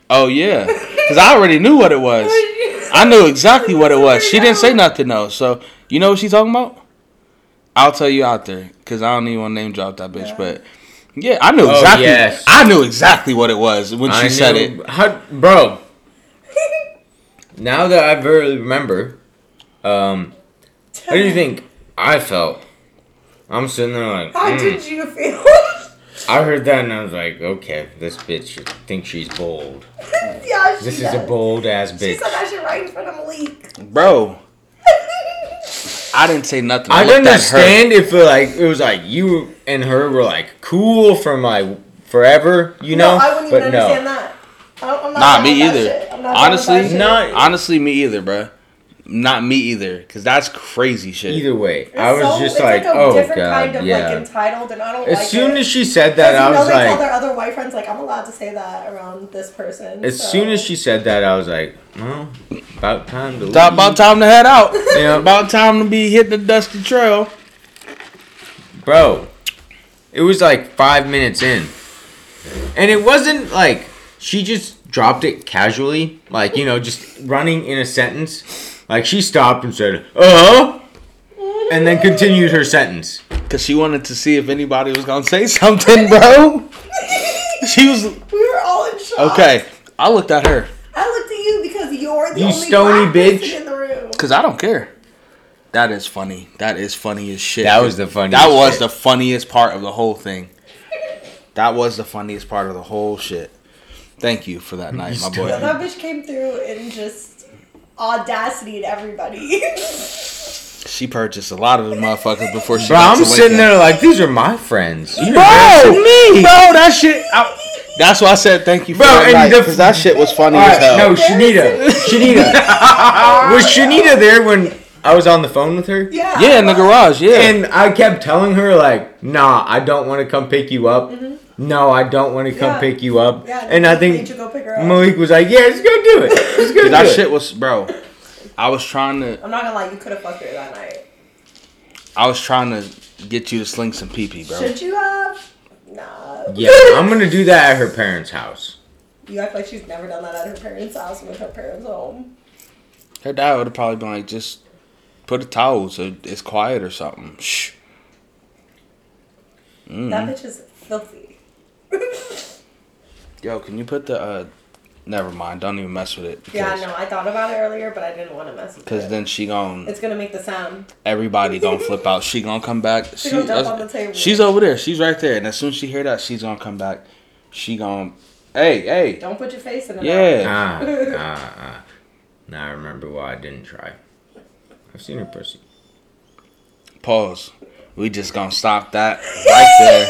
Oh yeah, because I already knew what it was. Oh, I knew exactly what it was. She didn't say nothing though. So you know what she talking about? I'll tell you out there because I don't even want to name drop that bitch. Yeah. But yeah, I knew exactly. Oh, yes. I knew exactly what it was when she I said knew- it. How, bro. now that I barely remember, um, how do you think I felt? I'm sitting there like, How mm, did you feel? I heard that and I was like, okay, this bitch thinks she's bold. yeah, she This is does. a bold ass bitch. She said I should write in front of Malik. Bro, I didn't say nothing. I looked at her. understand if it, like it was like you and her were like cool from like forever, you know. no, I wouldn't but even no. understand that. I don't, I'm not Nah, down me with that either. shit. I'm not down with Honestly, that shit. Not- Honestly, me either, bro. Not me either, because that's crazy shit. Either way, It's I was so- just it's like, a oh god, different kind of yeah. like entitled, and I don't. as like soon it. as she said that, Because I you know was they tell like, their other white friends like I'm allowed to say that around this person. as so- soon as she said that, I was like, well, about time to Thought leave. about time to head out. Yeah. About time to be hitting the dusty trail. bro. It was like five minutes in, and it wasn't like she just dropped it casually, like you know, just running in a sentence. Like she stopped and said, "Uh," huh," and then continued her sentence. Cause she wanted to see if anybody was gonna say something, bro. She was we were all in shock. okay. I looked at her I looked at you because you're the You only stony black person bitch. in the room. because I don't care. That is funny. That is funny as shit. That was the funniest. That was shit. the funniest part of the whole thing. That was the funniest part of the whole shit. Thank you for that night, my still- boy. That bitch came through and just audacity to everybody. She purchased a lot of the motherfuckers before she. Bro, got I'm to Lincoln. sitting there like these are my friends. Bro, You me. Bro, that shit. I- that's why I said thank you for Bro, that and night, the- 'cause that shit was funny All as right, hell. no, Shanita, Shanita. was Shanita there when I was on the phone with her? yeah. yeah, in the garage. Yeah. And I kept telling her like, "Nah, I don't want to come pick you up. No, I don't want to come Mm-hmm. Yeah. pick you up." Yeah, and I made think you go pick her up. Malik was like, "Yeah, let's go do it. Let's go do that it." shit was, bro. I was trying to, I'm not gonna lie, you could have fucked her that night. I was trying to get you to sling some pee pee, bro. Should you have? Nah. yeah, I'm gonna do that at her parents' house. You act like she's never done that at her parents' house when her parents home. Her dad would have probably been like, just put a towel so it's quiet or something. Shh. Mm-hmm. That bitch is filthy. Yo, can you put the? uh Never mind. Don't even mess with it. yeah, Because, I know. I thought about it earlier, but I didn't want to mess with Cause it. then she gon' it's gonna make the sound. everybody gonna flip out. She gonna come back. She, gonna jump that's- on the table. She's over there. She's right there. And as soon as she hear that, she's gonna come back. She gonna, hey, hey, Don't put your face in it. yeah. Ah, ah, ah. Now I remember why I didn't try. I've seen her pussy. Pause. We just gonna stop that right there.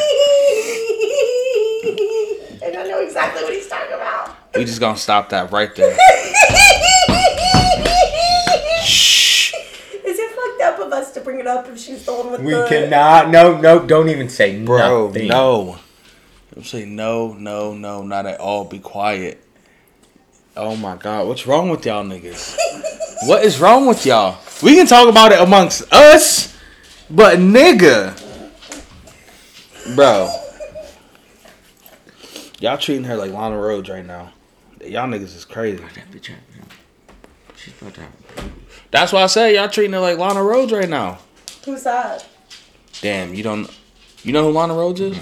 and I know exactly what he's talking about. We just gonna stop that right there. Shh. Is it fucked up of us to bring it up if she's the one with We the? cannot. No, no. Don't even say Bro, nothing. no. I'm saying no, no, no, not at all. Be quiet. Oh my god, what's wrong with y'all niggas? what is wrong with y'all? We can talk about it amongst us, but nigga. Bro. Y'all treating her like Lana Rhodes right now. Y'all niggas is crazy. That bitch had- She's about to have That's why I say y'all treating her like Lana Rhodes right now. Who's that? Damn, you don't you know who Lana Rhodes is?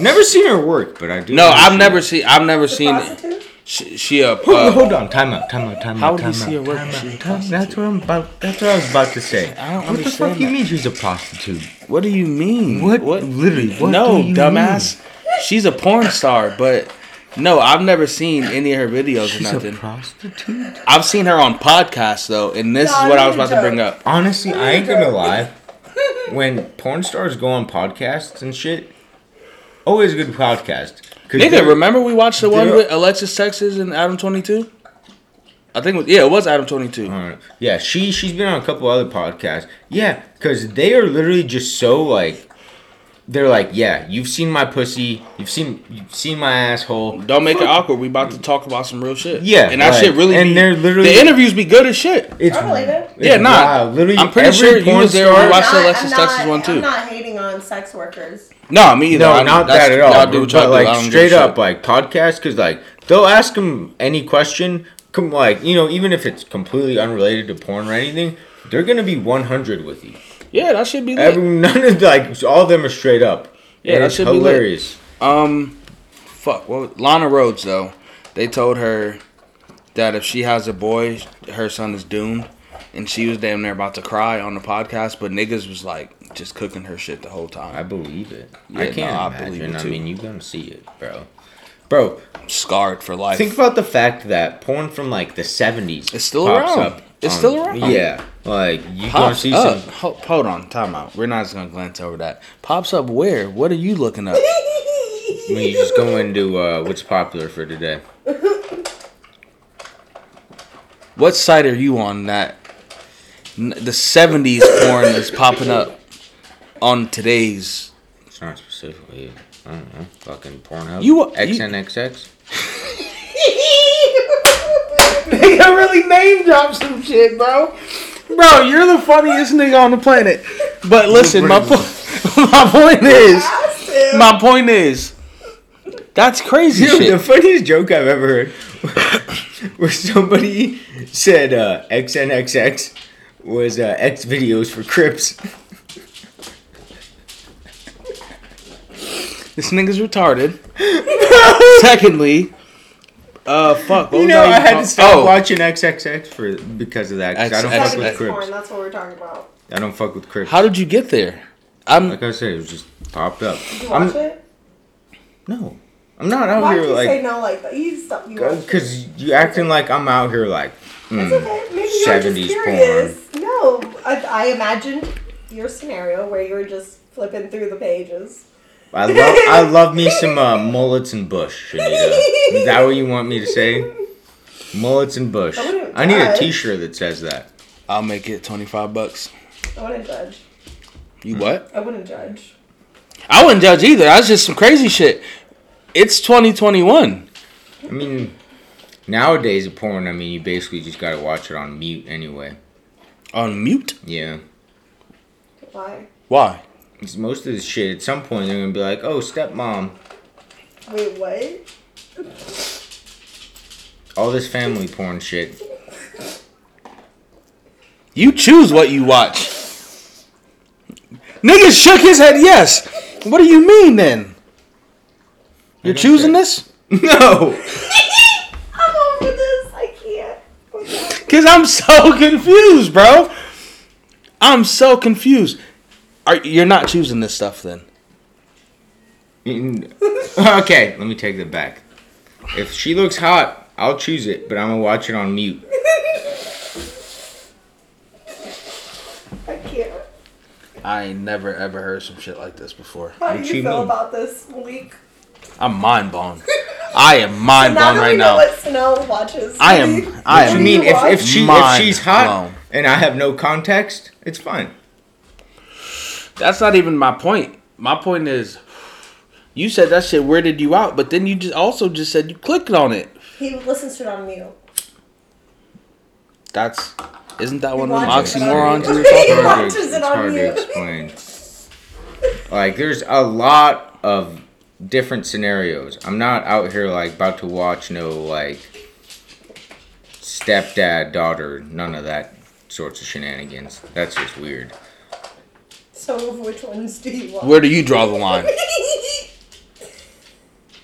Never seen her work, but I do. No, know Mm-hmm. she- I've never seen I've never The seen it. prostitute? She, she a Hold, uh, hold on, time out, time out, time How out. would you time see her out, work time if out, she's a time- That's prostitute? what I'm about. That's what I was about to say. I don't what the fuck understand you that. mean she's a prostitute? What do you mean? What- literally, what no, do you dumbass. She's a porn star, but no, I've never seen any of her videos She's or a nothing. prostitute. I've seen her on podcasts though, and this No, is what I I was mean about to joke. bring up. Honestly, I ain't gonna lie. When porn stars go on podcasts and shit, always a good podcast. 'Cause Nigga, they're- remember we watched the one they're- with Alexis Texas and Adam Twenty Two? I think it was, yeah, it was Adam Twenty Two. Uh, yeah, she she's been on a couple other podcasts. Yeah, because they are literally just so like, they're like, yeah, you've seen my pussy, you've seen you've seen my asshole. Don't make it awkward. We about to talk about some real shit. Yeah, and that like- shit really. and be, they're literally- the interviews be good as shit. It's, I believe it. it's Yeah, nah. wild. Literally, I'm pretty every sure you porn was there when star- we watched- I'm the not- Alexis I'm Texas not- one, too. I'm not hating on sex workers. No, me either. No, I'm- not that's- that at all. Y'all do what y'all but do. I like don't give a straight shit. up, uh, like podcast, because like they'll ask them any question. Come like you know, even if it's completely unrelated to porn or anything, they're gonna be 100 with you. Yeah, that should be lit. Every none of like all of them are straight up. Yeah, And that it's should be lit. hilarious. Um, fuck. Well, Lana Rhodes though, they told her that if she has a boy, her son is doomed, and she was damn near about to cry on the podcast, but niggas was like just cooking her shit the whole I time. believe it. Yeah, I can't no, I imagine. believe it I too. mean, you're gonna see it, bro. Bro, Scarred for life. think about the fact that porn from like the 70s It's still around. It's still around. Yeah, like you gonna Pops see up. some. Ho- hold on, time out. We're not just gonna glance over that. Pops up where? What are you looking up? When you just go into uh, what's popular for today. What site are you on that n- the '70s porn is popping up on today's? It's not specifically. I don't know. Fucking Pornhub. You- you- XNXX. Nigga really name drop some shit, bro. Bro, you're the funniest nigga on the planet. But listen, my po- my point is, my point is, that's crazy Dude, the shit. funniest joke I've ever heard where somebody said uh, XNXX was uh, X videos for Crips. This nigga's retarded. Secondly, uh, fuck. what You was know, I even had talk- to stop oh, watching XXX for because of that. 'cause I don't X- fuck X- with porn, Crips. that's what we're talking about. I don't fuck with Crips. How did you get there? I'm Like I said, it was just popped up. You I'm, watch it? No, I'm not out Why here did you say like no like that? You stop. You watch it. because you acting like I'm out here like. It's Mm. okay. Maybe you're 70s just curious. No, I, I imagined your scenario where you were just flipping through the pages. I love I love me some uh, mullets and bush, Shanita. Is that what you want me to say? Mullets and bush. I wouldn't I need a judge. T-shirt that says that. I'll make it twenty five bucks. I wouldn't judge. You what? I wouldn't judge. I wouldn't judge either. That's just some crazy shit. It's twenty twenty one. I mean, nowadays porn. I mean, you basically just gotta watch it on mute anyway. On mute? Yeah. Why? Why? It's most of this shit. At some point, they're gonna be like, "Oh, stepmom, Wait, what? all this family porn shit." You choose what you watch. Nigga shook his head yes. What do you mean then? You're don't choosing care. this? No. I'm over this. I can't. Okay. Cause I'm so confused, bro. I'm so confused. Are you're not choosing this stuff then? Mm, okay, let me take that back. If she looks hot, I'll choose it, but I'm gonna watch it on mute. I can't. I ain't never ever heard some shit like this before. How What do you you feel mean? about this leak? I'm mind blown. I am mind now blown that right we know now. what Snow watches. I am. I What am. you mean if, watch? if she if Mind she's hot blown. and I have no context, it's fine. That's not even my point. My point is, you said that shit weirded you out, but then you just also just said you clicked on it. He listens to it on mute. That's isn't that one of them watches it on oxymorons you mute. were talking? It's about? hard to- watches it it's on hard mute. to explain. Like there's a lot of different scenarios. I'm not out here like about to watch no like stepdad daughter, none of that sorts of shenanigans. That's just weird. So, of which ones do you watch? Where do you draw the line?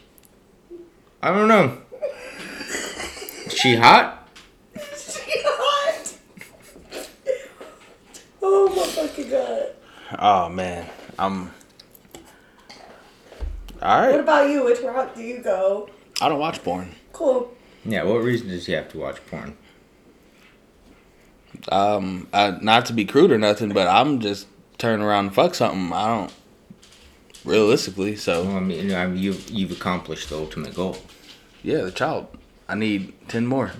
I don't know. She hot? God. Oh my fucking god. Oh man, I'm. What All right, about you? Which route do you go? I don't watch porn. Cool. Yeah, what reason does he have to watch porn? Um, uh, not to be crude or nothing, but I'm just turn around and fuck something. I don't realistically. So Well, I mean, I mean you've, you've accomplished the ultimate goal. yeah, the child. I need ten more.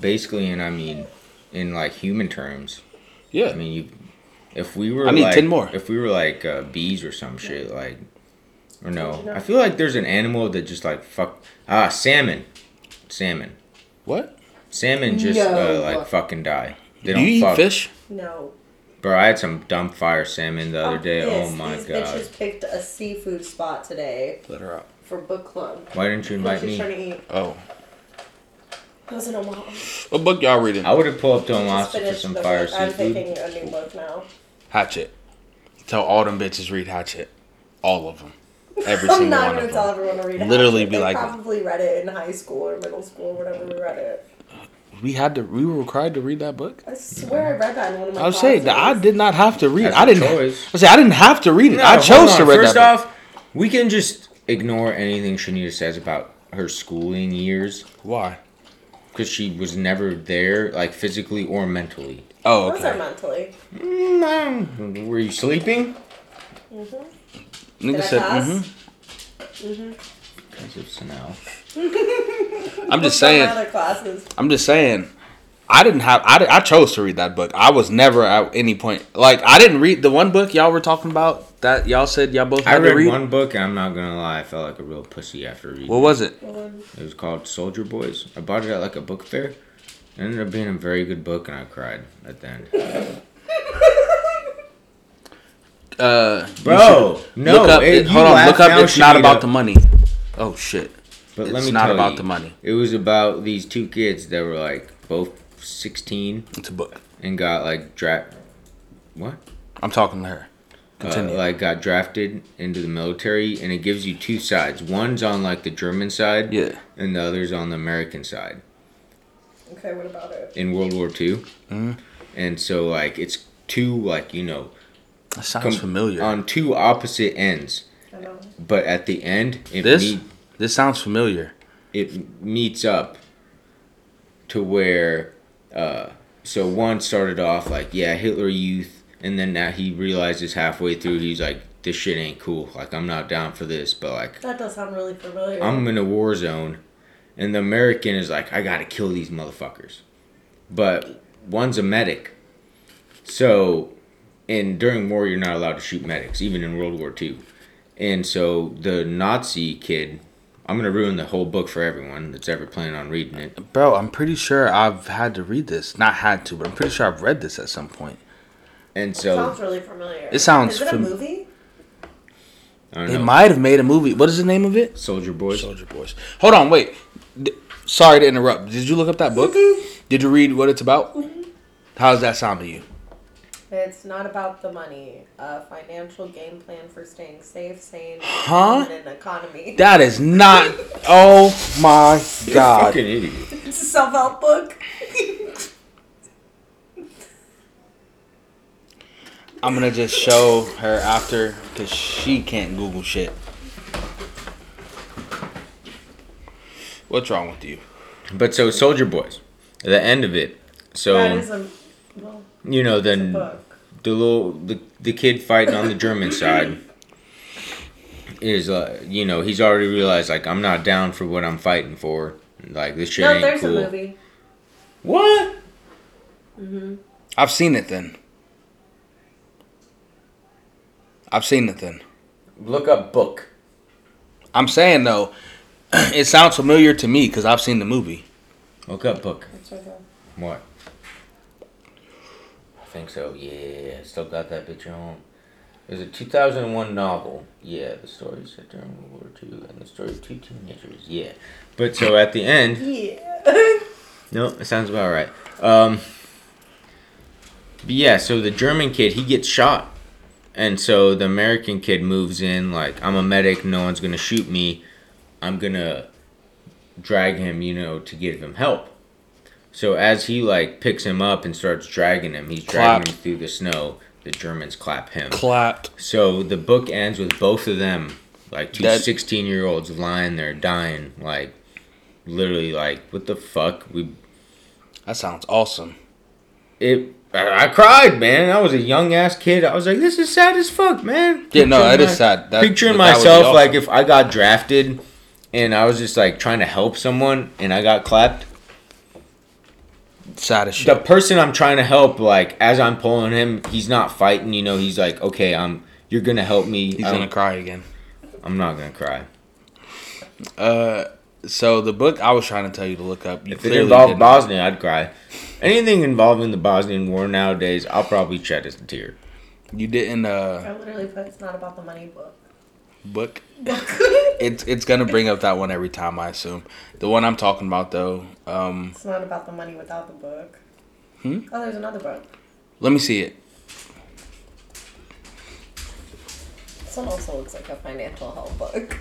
Basically, and I mean, in like human terms, Yeah, I mean, you, if we were I need like, 10 more. If we were like uh, bees or some shit, like, or no, know? I feel like there's an animal that just like fuck ah salmon, salmon, what? salmon just No. uh, like fucking die. They Do don't you eat fuck. fish? No. Bro, I had some dumb fire salmon the other day. Oh my These god! bitches picked a seafood spot today Let her out. for book club. Why didn't you invite she's trying me? to eat. Oh, It was in Omaha. what book y'all reading? I would have pulled up to Just Omaha for finished some the fire book. I'm seafood. picking a new book now. Hatchet. Tell all them bitches read Hatchet. All of them. Every I'm single not one gonna of tell them. everyone to read it. Literally be they like- probably read it in high school or middle school, whatever we read it. we had to we were required to read that book. I swear I read that in one of my. I would say that I classes. did not have to read. it. That's I a didn't. choice. I say I didn't have to read it. No, I hold chose to on. read First that. book. off, we can just ignore anything Shanita says about her schooling years Why? because she was never there, like physically or mentally. Oh, Those are okay. mentally. Mm, I don't- were you sleeping? Nigga Did I said, pass? mm-hmm. Because it's now. I'm just Some saying. Other classes. I'm just saying. I didn't have. I, di- I chose to read that book. I was never at any point like I didn't read the one book y'all were talking about that y'all said y'all both I had to read read. one book, and I'm not gonna lie, I felt like a real pussy after reading. What was it? It was called Soldier Boys. I bought it at like a book fair. It ended up being a very good book, and I cried at the end. Uh, you Bro, should no, look up. it- it- you hold on, laugh look up. now, It's not Shanita. about the money. Oh shit. But It's let me not tell about you, the money. It was about these two kids that were like both 16 It's a book. and got like draft. What? I'm talking to her. Uh, Continue. like got drafted into the military, and it gives you two sides. One's on like the German side, Yeah. and the other's on the American side Okay, what about it? in World War 2 Mm-hmm. And so like it's two like you know That sounds com- familiar. on two opposite ends, I know. but at the end it this meet- this sounds familiar. it meets up to where uh so one started off like yeah hitler youth and then now he realizes halfway through he's like this shit ain't cool like i'm not down for this but like That does sound really familiar. i'm in a war zone and the american is like i gotta kill these motherfuckers but one's a medic so and during war you're not allowed to shoot medics even in world war ii and so the nazi kid i'm gonna ruin the whole book for everyone that's ever planning on reading it Bro, I'm pretty sure I've had to read this. Not had to, but I'm pretty sure I've read this at some point. and sounds so really familiar. It sounds Is it a fam- movie? i They don't know might have made a movie. What is the name of it? soldier boys Soldier Boys. Hold on, wait. D- sorry to interrupt. Did you look up that book? Mm-hmm. Did you read what it's about? How does that sound to you? It's not about the money. A financial game plan for staying safe, sane, Huh? in an economy. That is not. Oh my You're a god. fucking idiot It's a self-help book. I'm gonna just show her after because she can't Google shit. What's wrong with you? but so soldier boys the end of it so that is a well, you know then book. the little the, the kid fighting on the German side is uh you know he's already realized like I'm not down for what I'm fighting for like this shit No, ain't there's cool. a movie. What? I've seen it then. I've seen it then. Look up book. I'm saying though, it sounds familiar to me because I've seen the movie. Look up book. It's right there. What? I think so. Yeah, still got that bitch at home. It was a 2001 novel. Yeah, the story is set during World War II, and the story of two teenagers. Yeah, but so at the end, Yeah. No, it sounds about right. Um, but yeah, so the German kid he gets shot, and so the American kid moves in like I'm a medic, no one's gonna shoot me. I'm gonna drag him, you know, to give him help. So as he like picks him up and starts dragging him, he's dragging Clap. him through the snow. The Germans clap him. Clapped. So the book ends with both of them, like two Dead. 16 year olds lying there dying, like literally, like, what the fuck? We That sounds awesome. it I I cried, man. I was a young ass kid. I was like, this is sad as fuck, man. Yeah, no, Picturing that is my- sad. That- picturing but that would be myself awesome. like if I got drafted and I was just like trying to help someone and I got clapped. Sad as The shit. person I'm trying to help, like as I'm pulling him, he's not fighting. You know, he's like, okay, I'm. You're gonna help me. He's I gonna don't- cry again. I'm not gonna cry. Uh, so the book I was trying to tell you to look up. You If it clearly involved didn't. Bosnia, I'd cry. Anything involving the Bosnian War nowadays, I'll probably shed a tear. you didn't uh I literally put it's not about the money book. book. it's It's it's gonna bring up that one every time I assume. The one I'm talking about though. Um, not about the money without the book. Hmm? Oh, there's another book. let me see it. This one also looks like a financial help book.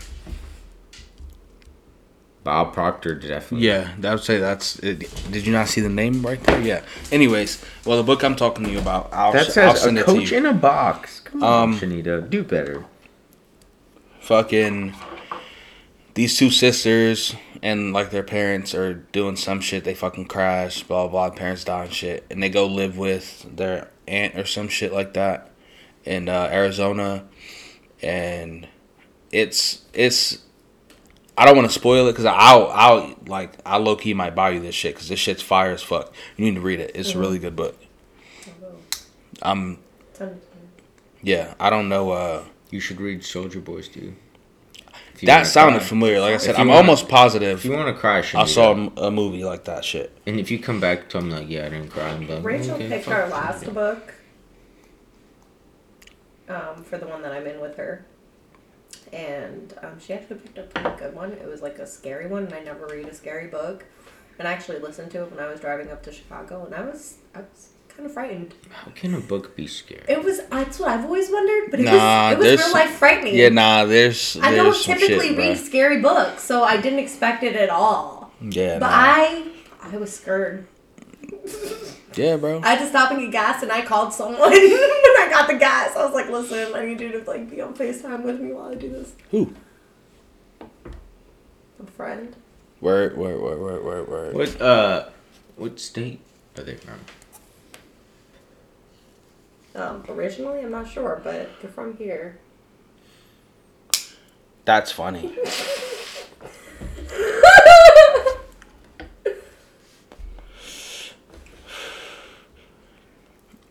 Bob Proctor definitely. Yeah, I would say that's. It. Did you not see the name right there? Yeah. Anyways, well, the book I'm talking to you about, I'll, That I'll says send a it to coach you. in a box. Come on, Um, Shanita, do better. Fucking these two sisters and like their parents are doing some shit. They fucking crash, blah blah. Parents die and shit, and they go live with their aunt or some shit like that in uh, Arizona, and it's it's. I don't want to spoil it because I'll I'll like I low key might buy you this shit because this shit's fire as fuck. You need to read it. It's a really good book. Um, yeah, I don't know. Uh, You should read Soldier Boys too. If you wanna that sounded cry. familiar. Like I said, If you I'm wanna- almost positive If you want to cry, Shanita, I saw a m- a movie like that shit. And if you come back to him like, yeah, I didn't cry. I'm like, Rachel okay, picked fuck our you. last book um, for the one that I'm in with her. And um, she actually picked a pretty good one. It was like a scary one, and I never read a scary book. And I actually listened to it when I was driving up to Chicago, and I was I was kind of frightened. How can a book be scary? It was that's what I've always wondered, but it Nah, was it was there's- real life frightening. Yeah, nah, there's. I there's don't some typically shit, read bruh. scary books, so I didn't expect it at all. Yeah, But nah. I I was scared. yeah, bro. I had to stop and get gas, and I called someone when I got the gas. I was like, "Listen, I need you to like be on Facetime with me while I do this." Who? A friend. Word, word, word, word, word, word. What uh, what state are they from? Um, originally, I'm not sure, but they're from here. That's funny.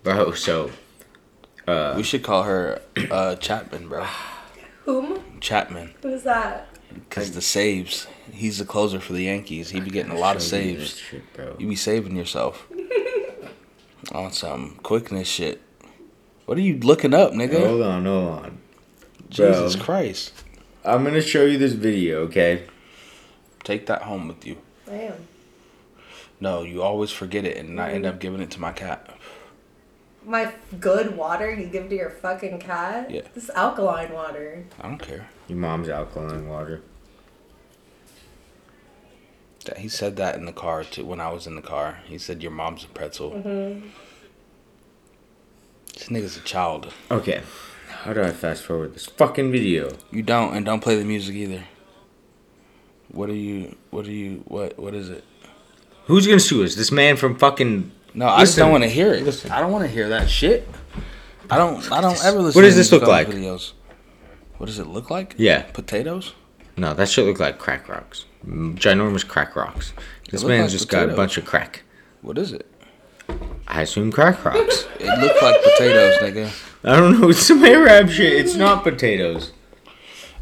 Bro, so we should call her uh, Chapman, bro. Whom? Chapman, Who's that? because the saves. He's the closer for the Yankees. He be getting a lot of Show you this saves. shit, bro. You be saving yourself on some quickness shit. What are you looking up, nigga? Hold on, hold on. Jesus bro. Christ! I'm gonna show you this video, okay? Take that home with you. I am. No, you always forget it, and I end up giving it to my cat. My good water you give to your fucking cat. Yeah. This alkaline water. I don't care. Your mom's alkaline water. That he said that in the car too. When I was in the car, he said your mom's a pretzel. This nigga's a child. Okay, how do I fast forward this fucking video? You don't, and don't play the music either. What are you? What are you? What? What is it? Who's gonna sue us? This man from fucking. No, I just Listen. don't want to hear it. Listen. I don't want to hear that shit. I don't. I don't ever listen. What does to this these look dumb like? Videos. What does it look like? Yeah. Potatoes. No, that shit looked like crack rocks. Mm, Ginormous crack rocks. This looked man's like just got a potatoes. bunch of crack. What is it? I assume crack rocks. It looked like potatoes, nigga. I don't know. It's some Arab shit. It's not potatoes.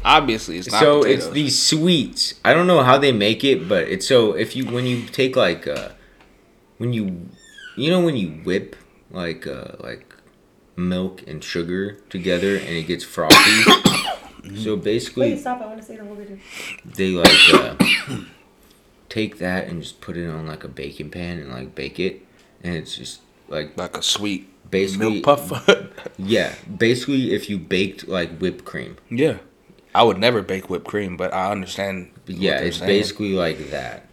Obviously, it's not. so potatoes. it's these sweets. I don't know how they make it, but it's so if you when you take like uh when you you know when you whip like uh like milk and sugar together and it gets frothy. so Wait, basically stop! I want to see the whole video. they like uh, take that and just put it on like a baking pan and like bake it and it's just like like a sweet Basically- milk puff. yeah, basically if you baked like whipped cream. Yeah. I would never bake whipped cream, but I understand. But yeah, what they're it's saying. basically like that.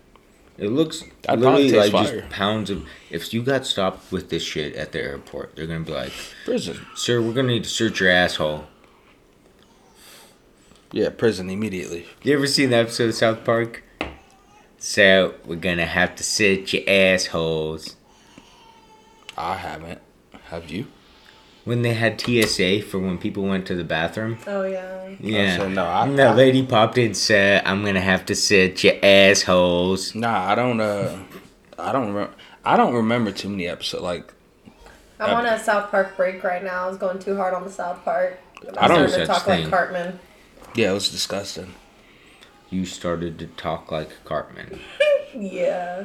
It looks That probably literally like tastes just fire. pounds of. If you got stopped with this shit at the airport, they're gonna be like, prison. "Sir, we're gonna need to search your asshole." Yeah, prison immediately. You ever seen the episode of South Park? So we're gonna have to search your assholes. I haven't. Have you? When they had TSA for when people went to the bathroom. Oh yeah. Yeah. so no, I- and that lady popped in, said, "I'm gonna have to search your assholes." Nah, I don't. Uh, I don't remember. I don't remember too many episodes. Like I'm on a South Park break right now. I was going too hard on the South Park. I don't started know such to talk thing. like Cartman. yeah, it was disgusting. You started to talk like Cartman. Yeah.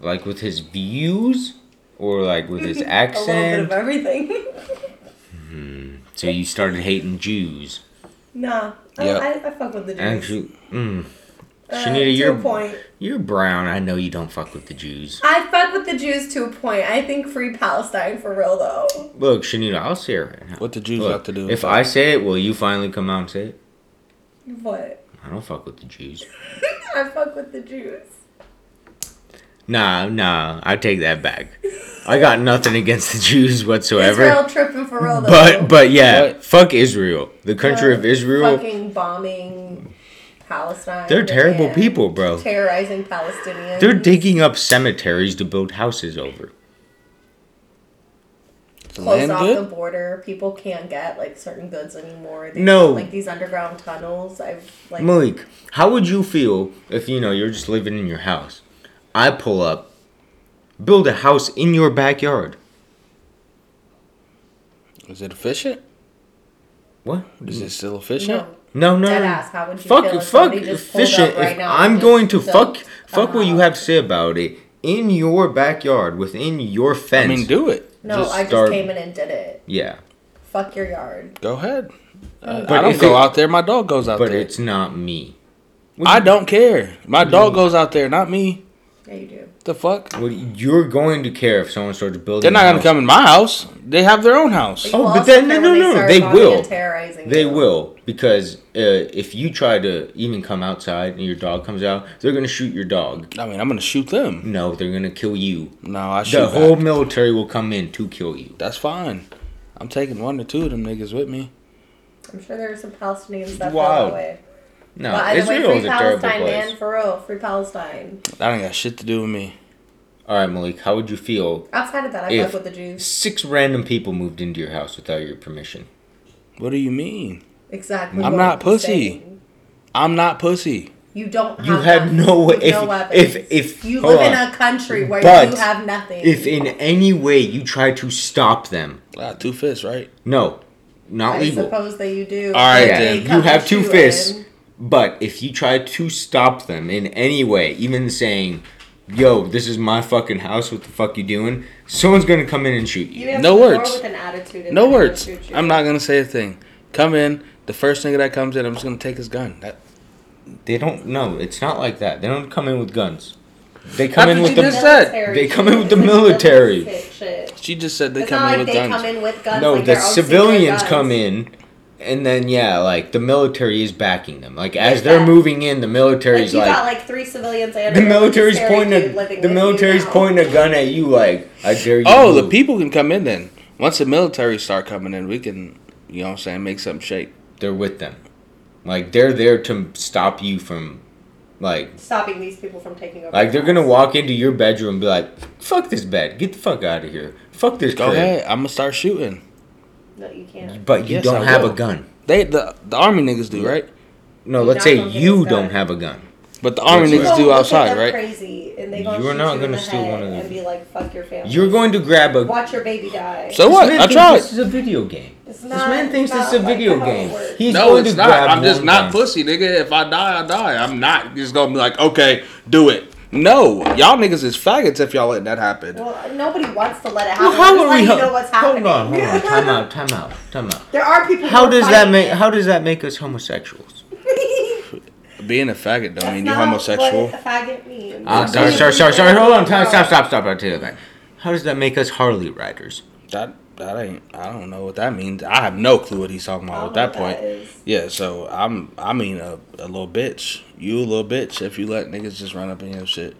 Like with his views or like with his A little bit of accent? Mm. everything. So you started hating Jews. nah. I, Yeah. I, I fuck with the Jews. Actually, mm, Uh, Shanita, to you're- a point. you're brown. I know you don't fuck with the Jews. I fuck with the Jews to a point. I think free Palestine for real though. Look, Shanita, I'll say it right now. What the Jews Look, have to do? with If that. I say it, will you finally come out and say it? What? I don't fuck with the Jews. I fuck with the Jews. Nah, nah, I take that back. I got nothing against the Jews whatsoever. Israel tripping for real though. But but yeah, What? fuck Israel. The country of Israel. Fucking bombing Palestine. They're terrible and people, bro. Terrorizing Palestinians. They're digging up cemeteries to build houses over. Is the Closed land off good? the border. People can't get like certain goods anymore. They No. built, like these underground tunnels. I've like Malik, how would you feel if you know you're just living in your house? I pull up, build a house in your backyard. Is it efficient? What? Is it still no. efficient? No, no. Dead no. ass, how would you Hmm. fuck, feel if fuck, somebody just pulled efficient. up right if now and I'm just going to built fuck, a fuck what you house? have to say about it in your backyard, within your I fence. mean, do it. No, Just I just start- came in and did it. yeah, Fuck your yard. Go ahead. I- But I don't if go it- out there. My dog goes out but there. it's not me. What I you- don't care. My dog goes out there, not me. Yeah, you do. The fuck? What, you're going to care if someone starts building. They're not a gonna house. come in my house. They have their own house. Oh, You but also then- no, care no, when no, start they bombing will. and Terrorizing They you. will because uh, if you try to even come outside and your dog comes out, they're gonna shoot your dog. I mean, I'm gonna shoot them. No, they're gonna kill you. No, I The shoot whole back. military will come in to kill you. That's fine. I'm taking one or two of them niggas with me. I'm sure there are some Palestinians that Wow. fell that way. No, But either way, Israel free is a terrible Palestine, place. man, for real. Free Palestine. That ain't got shit to do with me. All right, Malik, how would you feel Outside of that, I If- fuck with the Jews. six random people moved into your house without your permission? What do you mean? Exactly. I'm what not I'm pussy. saying. I'm not pussy. You don't. Have You had weapons. no- You have if- no weapons. if- if- you hold live in on. a country where But you have nothing. If in any way you try to stop them, Ah, two fists, right? no, not I legal. suppose that you do. All right, Yeah, then. They you cut have the two shoe fists. in. But if you try to stop them in any way, even saying, "Yo, this is my fucking house. What the fuck you doing?" Someone's gonna come in and shoot you. You answer No the door words. With an attitude and No they're gonna words. shoot you. I'm not gonna say a thing. Come in. The first nigga that comes in, I'm just gonna take his gun. That, They don't. No, it's not like that. They don't come in with guns. They come in what you with the. just said. Military They come shit. in with the It's like military. military shit. she just said they It's come not in like with they guns. come in with guns. no, like the their own secret civilians come guns. in, and then yeah, like the military is backing them. Like as Like they're that. moving in, the military's Like you like, got like three civilians and the a military's military pointing. dude living A, the with you military's now. pointing a gun at you. Like I dare you. Oh, the move." people can come in then. Once the military start coming in, we can, you know what I'm saying, make something shake. They're with them. Like they're there to stop you from, like Stopping these people from taking over. Like they're their gonna house. walk into your bedroom and be like, "Fuck this bed, get the fuck out of here, fuck this Go crib." ahead, I'm gonna start shooting. No, you can't. But you Yes, don't I have will. a gun. They the the army niggas do right, No, You're let's not say gonna get you his gun. don't have a gun. but the army That's niggas right. do Look at outside, them right? Crazy, and they gonna You're shoot not you in gonna the steal head one of them. And be like, "Fuck your family." You're going to grab a. watch your baby die. So what? This I man tried. thinks This is a video game. It's This not- man thinks it's this is a not like video how it game. works. He's No, going it's to not. grab I'm just one not gun. pussy, nigga. If I die, I die. I'm not just gonna be like, okay, do it. No, y'all niggas is faggots if y'all let that happen. Well, nobody wants to let it happen. Well, how Just are we? let ho- you know what's hold happening. on, hold on. Time out. Time out. Time out. There are people. How who does fight that make? it. How does that make us homosexuals? Being a faggot don't That's mean you're not homosexual. What a faggot means. Ah, It sorry, doesn't. sorry, sorry, sorry. Hold on. Time. Stop. Stop. Stop. I'll tell you that. How does that make us Harley riders? That that ain't. I don't know what that means. I have no clue what he's talking I about don't Oh, at that know what point. that is. yeah, so I'm. I mean, a, a little bitch. You a little bitch if you let niggas just run up in your shit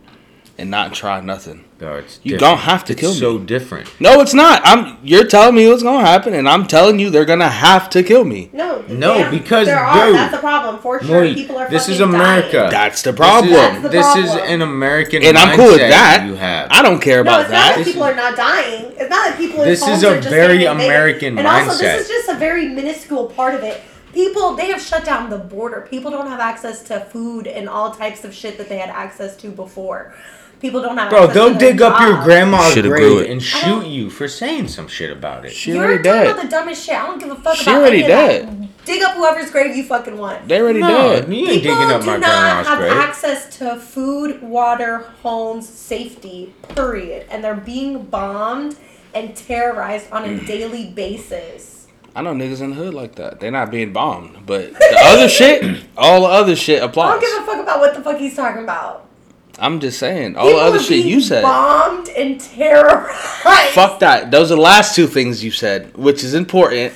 and not try nothing. No, it's You different. don't have to It's kill me. so different. No, it's not. I'm. You're telling me what's gonna happen, and I'm telling you they're gonna have to kill me. No, No, there- because, there are. dude, that's the problem. For sure, Malik, people are. this is fucking America. dying. That's the That's problem. the This is, this is problem. an American And I'm cool with mindset that. You have. I don't care No, about it's not that. that people are not dying. It's not that people. in This homes is a are just very getting invaded. American and also, mindset. this is just a very minuscule part of it. People, they have shut down the border. People don't have access to food and all types of shit that they had access to before. People don't have. Bro, access they'll to their dig up your jobs. grandma's Shoulda grew grave it. and I don't- shoot you for saying some shit about it. She You're already talking dead. about the dumbest shit. I don't give a fuck She about already any of that. dead. Dig up whoever's grave you fucking want. They already no, dead. you ain't People digging up my do not grandma's have grave. access to food, water, homes, safety, period. And they're being bombed and terrorized on Mm. a daily basis. I know niggas in the hood like that. They're not being bombed, but the other shit, all the other shit I applies. don't give a fuck about what the fuck he's talking about. I'm just saying all People the other are shit being you said. Bombed and terrorized. Fuck that. Those are the last two things you said, which is important.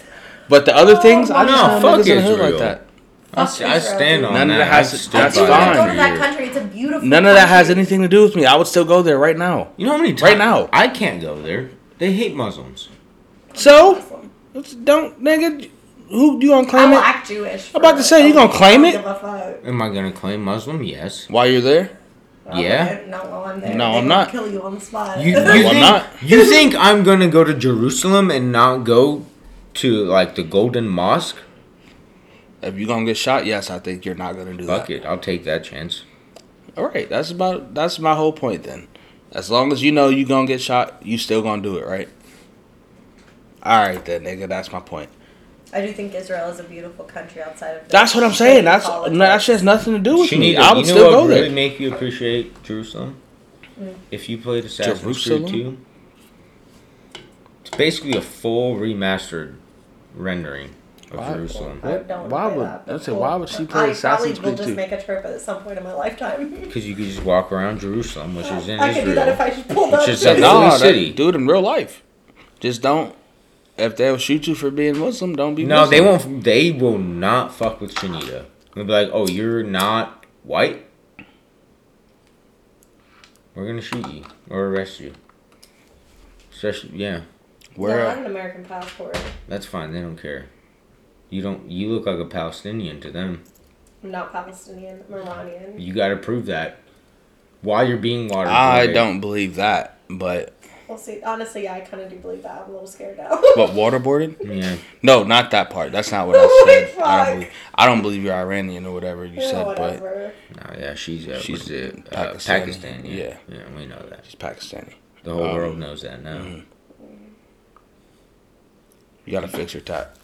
But the other Oh things, I my just No, know fuck niggas in the hood Israel. like that. I, Fuck I Israel, stand dude. on None of that. that has- I've stood that's by fine. that Go for to that years. country. It's a beautiful. None of that has country. anything to do with me. I would still go there right now. You know how many times Right now. I can't go there. They hate Muslims. So don't nigga. Who you gonna I claim it? black Jewish. I'm about to say, you gonna claim it? I don't give Am I gonna claim Muslim? Yes. While you're there, a fuck. Yeah. Okay, Not while I'm there. No, They I'm will not. Kill you on the spot. You, you, I'm think, not. you think I'm gonna go to Jerusalem and not go to like the Golden Mosque? if you gonna get shot, yes, I think you're not gonna do that. Fuck it, I'll take that chance. All right, that's about that's my whole point then. As long as you know you gonna get shot, you still gonna do it, right? All right then, nigga. That's my point. I do think Israel is a beautiful country outside of. the That's what I'm saying. shitty That's politics. no, that shit has nothing to do with me. Shanita, I would you know still what go really there. make you appreciate Jerusalem? Mm. If you played Assassin's Creed Jerusalem? 2, it's basically a full remastered rendering of Wow. Jerusalem. I don't Why play would- that, but I said, cool. why would she play Assassin's I probably Creed will just too? make a trip at some point in my lifetime. Because you could just walk around Jerusalem, which is in I could do Israel. that if I just pulled up. is a- No. to- Nah, Holy that- City. do it in real life. Just don't. If they'll shoot you for being Muslim, don't be. No, they Muslim. won't. They will not fuck with Shanita. They'll be like, "Oh, you're not white. We're gonna shoot you or arrest you." Especially, yeah, No, Where? I have an American passport. that's fine. They don't care. You don't. You look like a Palestinian to them. I'm not Palestinian. I'm Iranian. You got to prove that. While you're being watered. I boy. don't believe that, but We'll see. Honestly, yeah, I kind of do believe that. I'm a little scared now. but waterboarded? Yeah. No, not that part. That's not what I Oh my said. I God. don't believe. I don't believe you're Iranian or whatever you Yeah, said, but whatever. No, yeah. She's uh, She's she's it, uh, Pakistani. Pakistan. Yeah. Yeah. yeah. We know that. she's Pakistani. The whole Um, mm. world knows that now. You gotta fix your tat.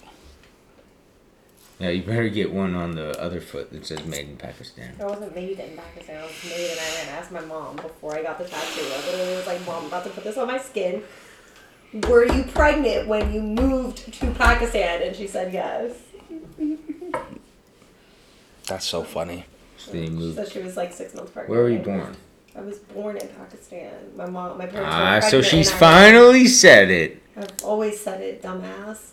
Yeah. You better get one on the other foot that says "Made in Pakistan." I wasn't made in Pakistan. I was made in Iran. I asked my mom before I got the tattoo. I literally was like, Mom, I'm about to put this on my skin. Were you pregnant when you moved to Pakistan? And she said yes. That's so funny. So they So moved. she was like six months pregnant. Where were you born? I was born in Pakistan. My mom, my parents. Ah, were so pregnant she's in Iran. finally said it. I've always said it, dumbass.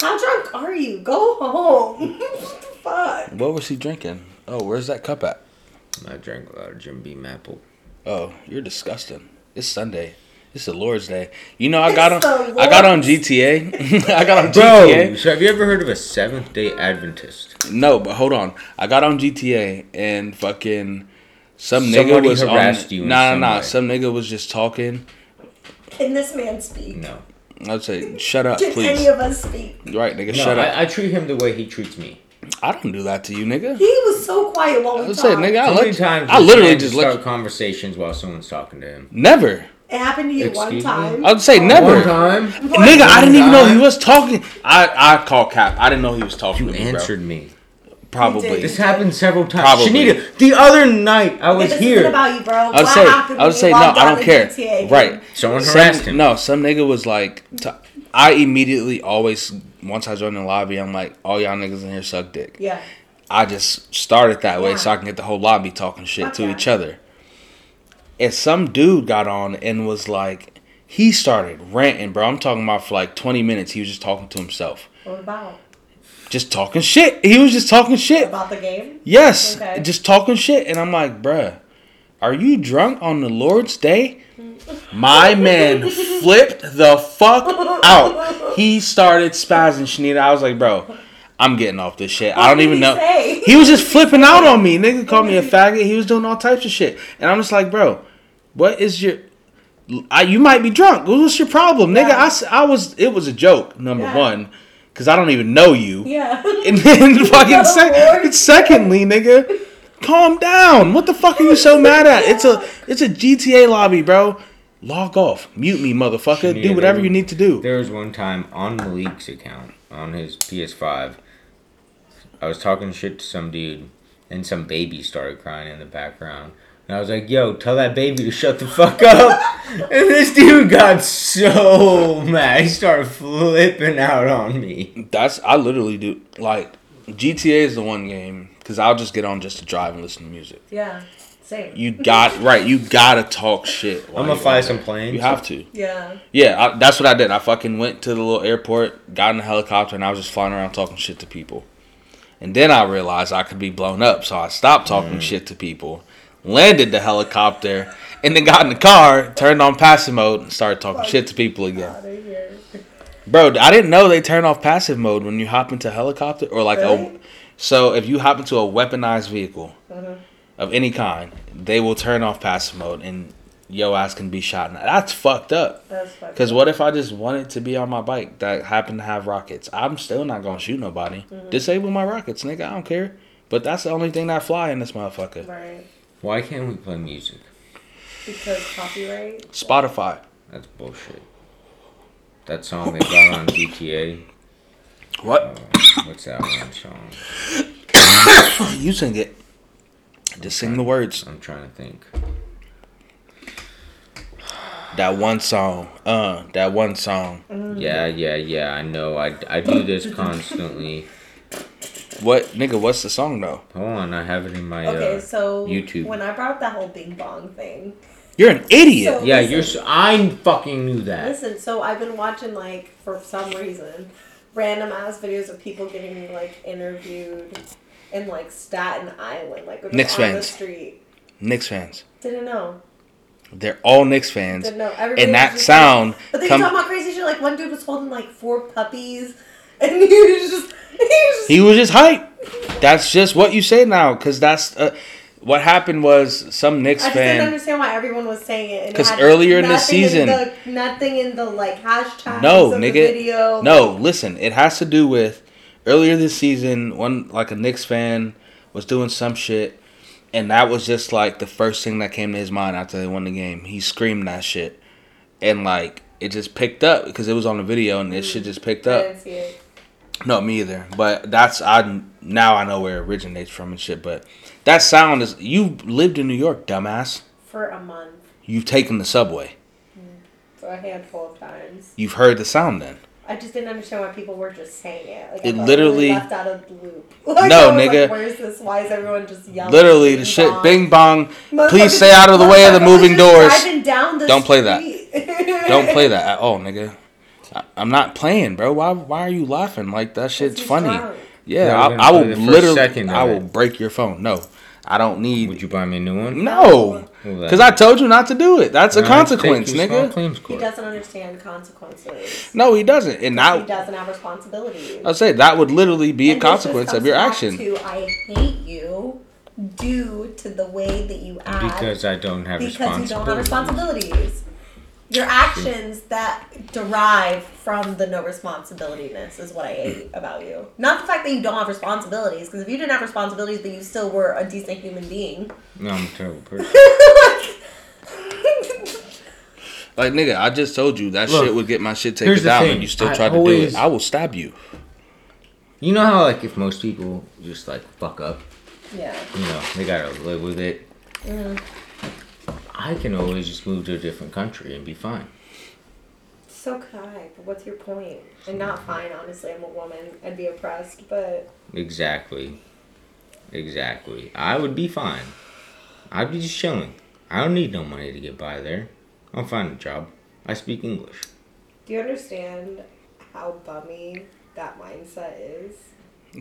How drunk are you? Go home. what the fuck? What was he drinking? Oh, where's that cup at? I drank a lot of Jim Beam apple. Oh, you're disgusting. It's Sunday. It's the Lord's Day. You know I got It's on. the I got on Lord's. GTA. I got on Bro, GTA. so have you ever heard of a Seventh Day Adventist? No, but hold on. I got on GTA and fucking some nigga Somebody was harassed on. you in nah, some nah, nah. way. Some nigga was just talking. Can this man speak? No, I'd say, shut up, Did any please. of us speak? Right, nigga, no. shut up. I, I treat him the way he treats me. I don't do that to you, nigga. He was so quiet while we I talked. would say, nigga, I, How many let, times? I does literally man just start let. conversations while someone's talking to him. Never. It happened to you one Excuse me? time. I would say never. One time, What? Nigga, I didn't even know he Guy. was talking. I I call cap. I didn't know he was talking you to me, answered me. bro. Probably. He This did. happened several times. Probably. Shanita, the other night I Nigga, was this here. isn't about you, bro. I would What say. happened I would when say you no. walked I out don't of care. GTA, dude? Right. Someone Some- harassed him. No, some nigga was like. T- I immediately always once I joined the lobby, I'm like, all y'all niggas in here suck dick. Yeah. I just started that way so Yeah. I can get the whole lobby talking shit Fuck to yeah. each other. And some dude got on and was like, he started ranting, bro. I'm talking about for like 20 minutes. He was just talking to himself, What about? just talking shit. He was just talking shit. About the game? Yes, Okay. just talking shit, and I'm like, bruh, are you drunk on the Lord's day? My man flipped the fuck out. He started spazzing Shanita. I was like, bro, I'm getting off this shit. I What don't did even he know. say? He was just flipping out on me. Nigga called me a faggot. He was doing all types of shit, and I'm just like, bro, what is your? I, you might be drunk. What's your problem, nigga? Yeah. I s- I, was. It was a joke. Number Yeah. one, because I don't even know you. Yeah. And then fucking Oh, sec- Lord. secondly, nigga, calm down. What the fuck are you so mad at? It's a it's a GTA lobby, bro. Log off. Mute me, motherfucker. Shanita, do whatever there- you need to do. There was one time on Malik's account, on his PS5, I was talking shit to some dude, and some baby started crying in the background. And I was like, yo, tell that baby to shut the fuck up. and this dude got so mad. He started flipping out on me. That's I literally do like GTA is the one game because I'll just get on just to drive and listen to music. Yeah. Same. You got right. You gotta talk shit. while I'm gonna you're fly on some there. planes. You have to. Yeah. Yeah, I, that's what I did. I fucking went to the little airport, got in a helicopter, and I was just flying around talking shit to people. And then I realized I could be blown up, so I stopped talking shit to people, landed the helicopter, and then got in the car, turned on passive mode, and started talking shit to people again. Out of here. Bro, I didn't know they turn off passive mode when you hop into a helicopter or like a. Really? So if you hop into a weaponized vehicle Uh-huh. of any kind, they will turn off passive mode and yo ass can be shot. That's fucked up. That's fucking. Cause what if I just wanted to be on my bike that happened to have rockets? I'm still not gonna shoot nobody. Mm-hmm. Disable my rockets, nigga. I don't care. But that's the only thing that fly in this motherfucker. Right. Why can't we play music? Because copyright. Spotify. That's bullshit. That song they got on GTA. What? What's that one song? You sing it. Just sing the words. I'm trying to think. That one song. Uh, that one song. Yeah, yeah, yeah. I know. I, I do this constantly. What nigga, what's the song though? Hold on, I have it in my. Okay, uh, so YouTube. when I brought that whole Bing Bong thing, You're an idiot. So- yeah, you're. s- I fucking knew that. listen. So I've been watching like for some reason, random ass videos of people getting like interviewed in like Staten Island, like just Knicks on the fans. street. Knicks fans. Didn't know. They're all Knicks fans. Didn't know. Everybody And was that just, sound Like, but they come talking about crazy shit. Like one dude was holding like four puppies, and he was just he was just He was just hype. That's just what you say now, because that's uh, what happened. Was some Knicks I just didn't fan? understand why everyone was saying it. and it 'Cause had earlier in the nothing season- the, nothing in the like hashtag. No, of nigga. The video. No, listen. It has to do with earlier this season. One like a Knicks fan was doing some shit, and that was just like the first thing that came to his mind after they won the game. He screamed that shit, and like it just picked up because it was on the video, and this shit just picked I up. didn't see it. Mm-hmm. No, me either. But that's I now I know where it originates from and shit. But that sound is you lived in New York, dumbass. for a month, You've taken the subway. for a handful of times. You've heard the sound then. I just didn't understand why people were just saying it. Like, I It felt literally- left out of the loop. Like, No, I was nigga. Like, Where's this? Why is everyone just yelling? Literally, the Bing shit. bong? Bing bong. Please Motherfuckers- stay out of the way of the motherfuckers moving just doors. driving down the Don't play that. street. Don't play that at all, nigga. I, I'm not playing, bro. Why? Why are you laughing? Like that shit's he's funny. drunk. Yeah, Yeah, I, we're gonna I will play the first literally. second of I will it. break your phone. No, I don't Would need. you buy me a new one? No, Well, because I then- told you not to do it. That's a Alright, consequence, take your small nigga. claims He court. doesn't understand consequences. No, he doesn't. And he that doesn't have responsibilities. I say that would literally be a And this just consequence of comes your back action. To, I hate you due to the way that you act. Because I don't have because you don't have responsibility. responsibilities. Your actions that derive from the no responsibilityness is what I hate about you. Not the fact that you don't have responsibilities, because if you didn't have responsibilities, then you still were a decent human being. No, I'm a terrible person. Like nigga, I just told you that Look, shit would get my shit here's taken the down, thing. and you still I tried to always- do it. I will stab you. You know how like if most people just like fuck up, yeah. you know, they gotta live with it. Mm. I can always just move to a different country and be fine. So could I, but what's your point? Mm-hmm. And not fine, honestly. I'm a woman. I'd be oppressed, but Exactly. Exactly. I would be fine. I'd be just chilling. I don't need no money to get by there. I'll find a job. I speak English. do you understand how bummy that mindset is?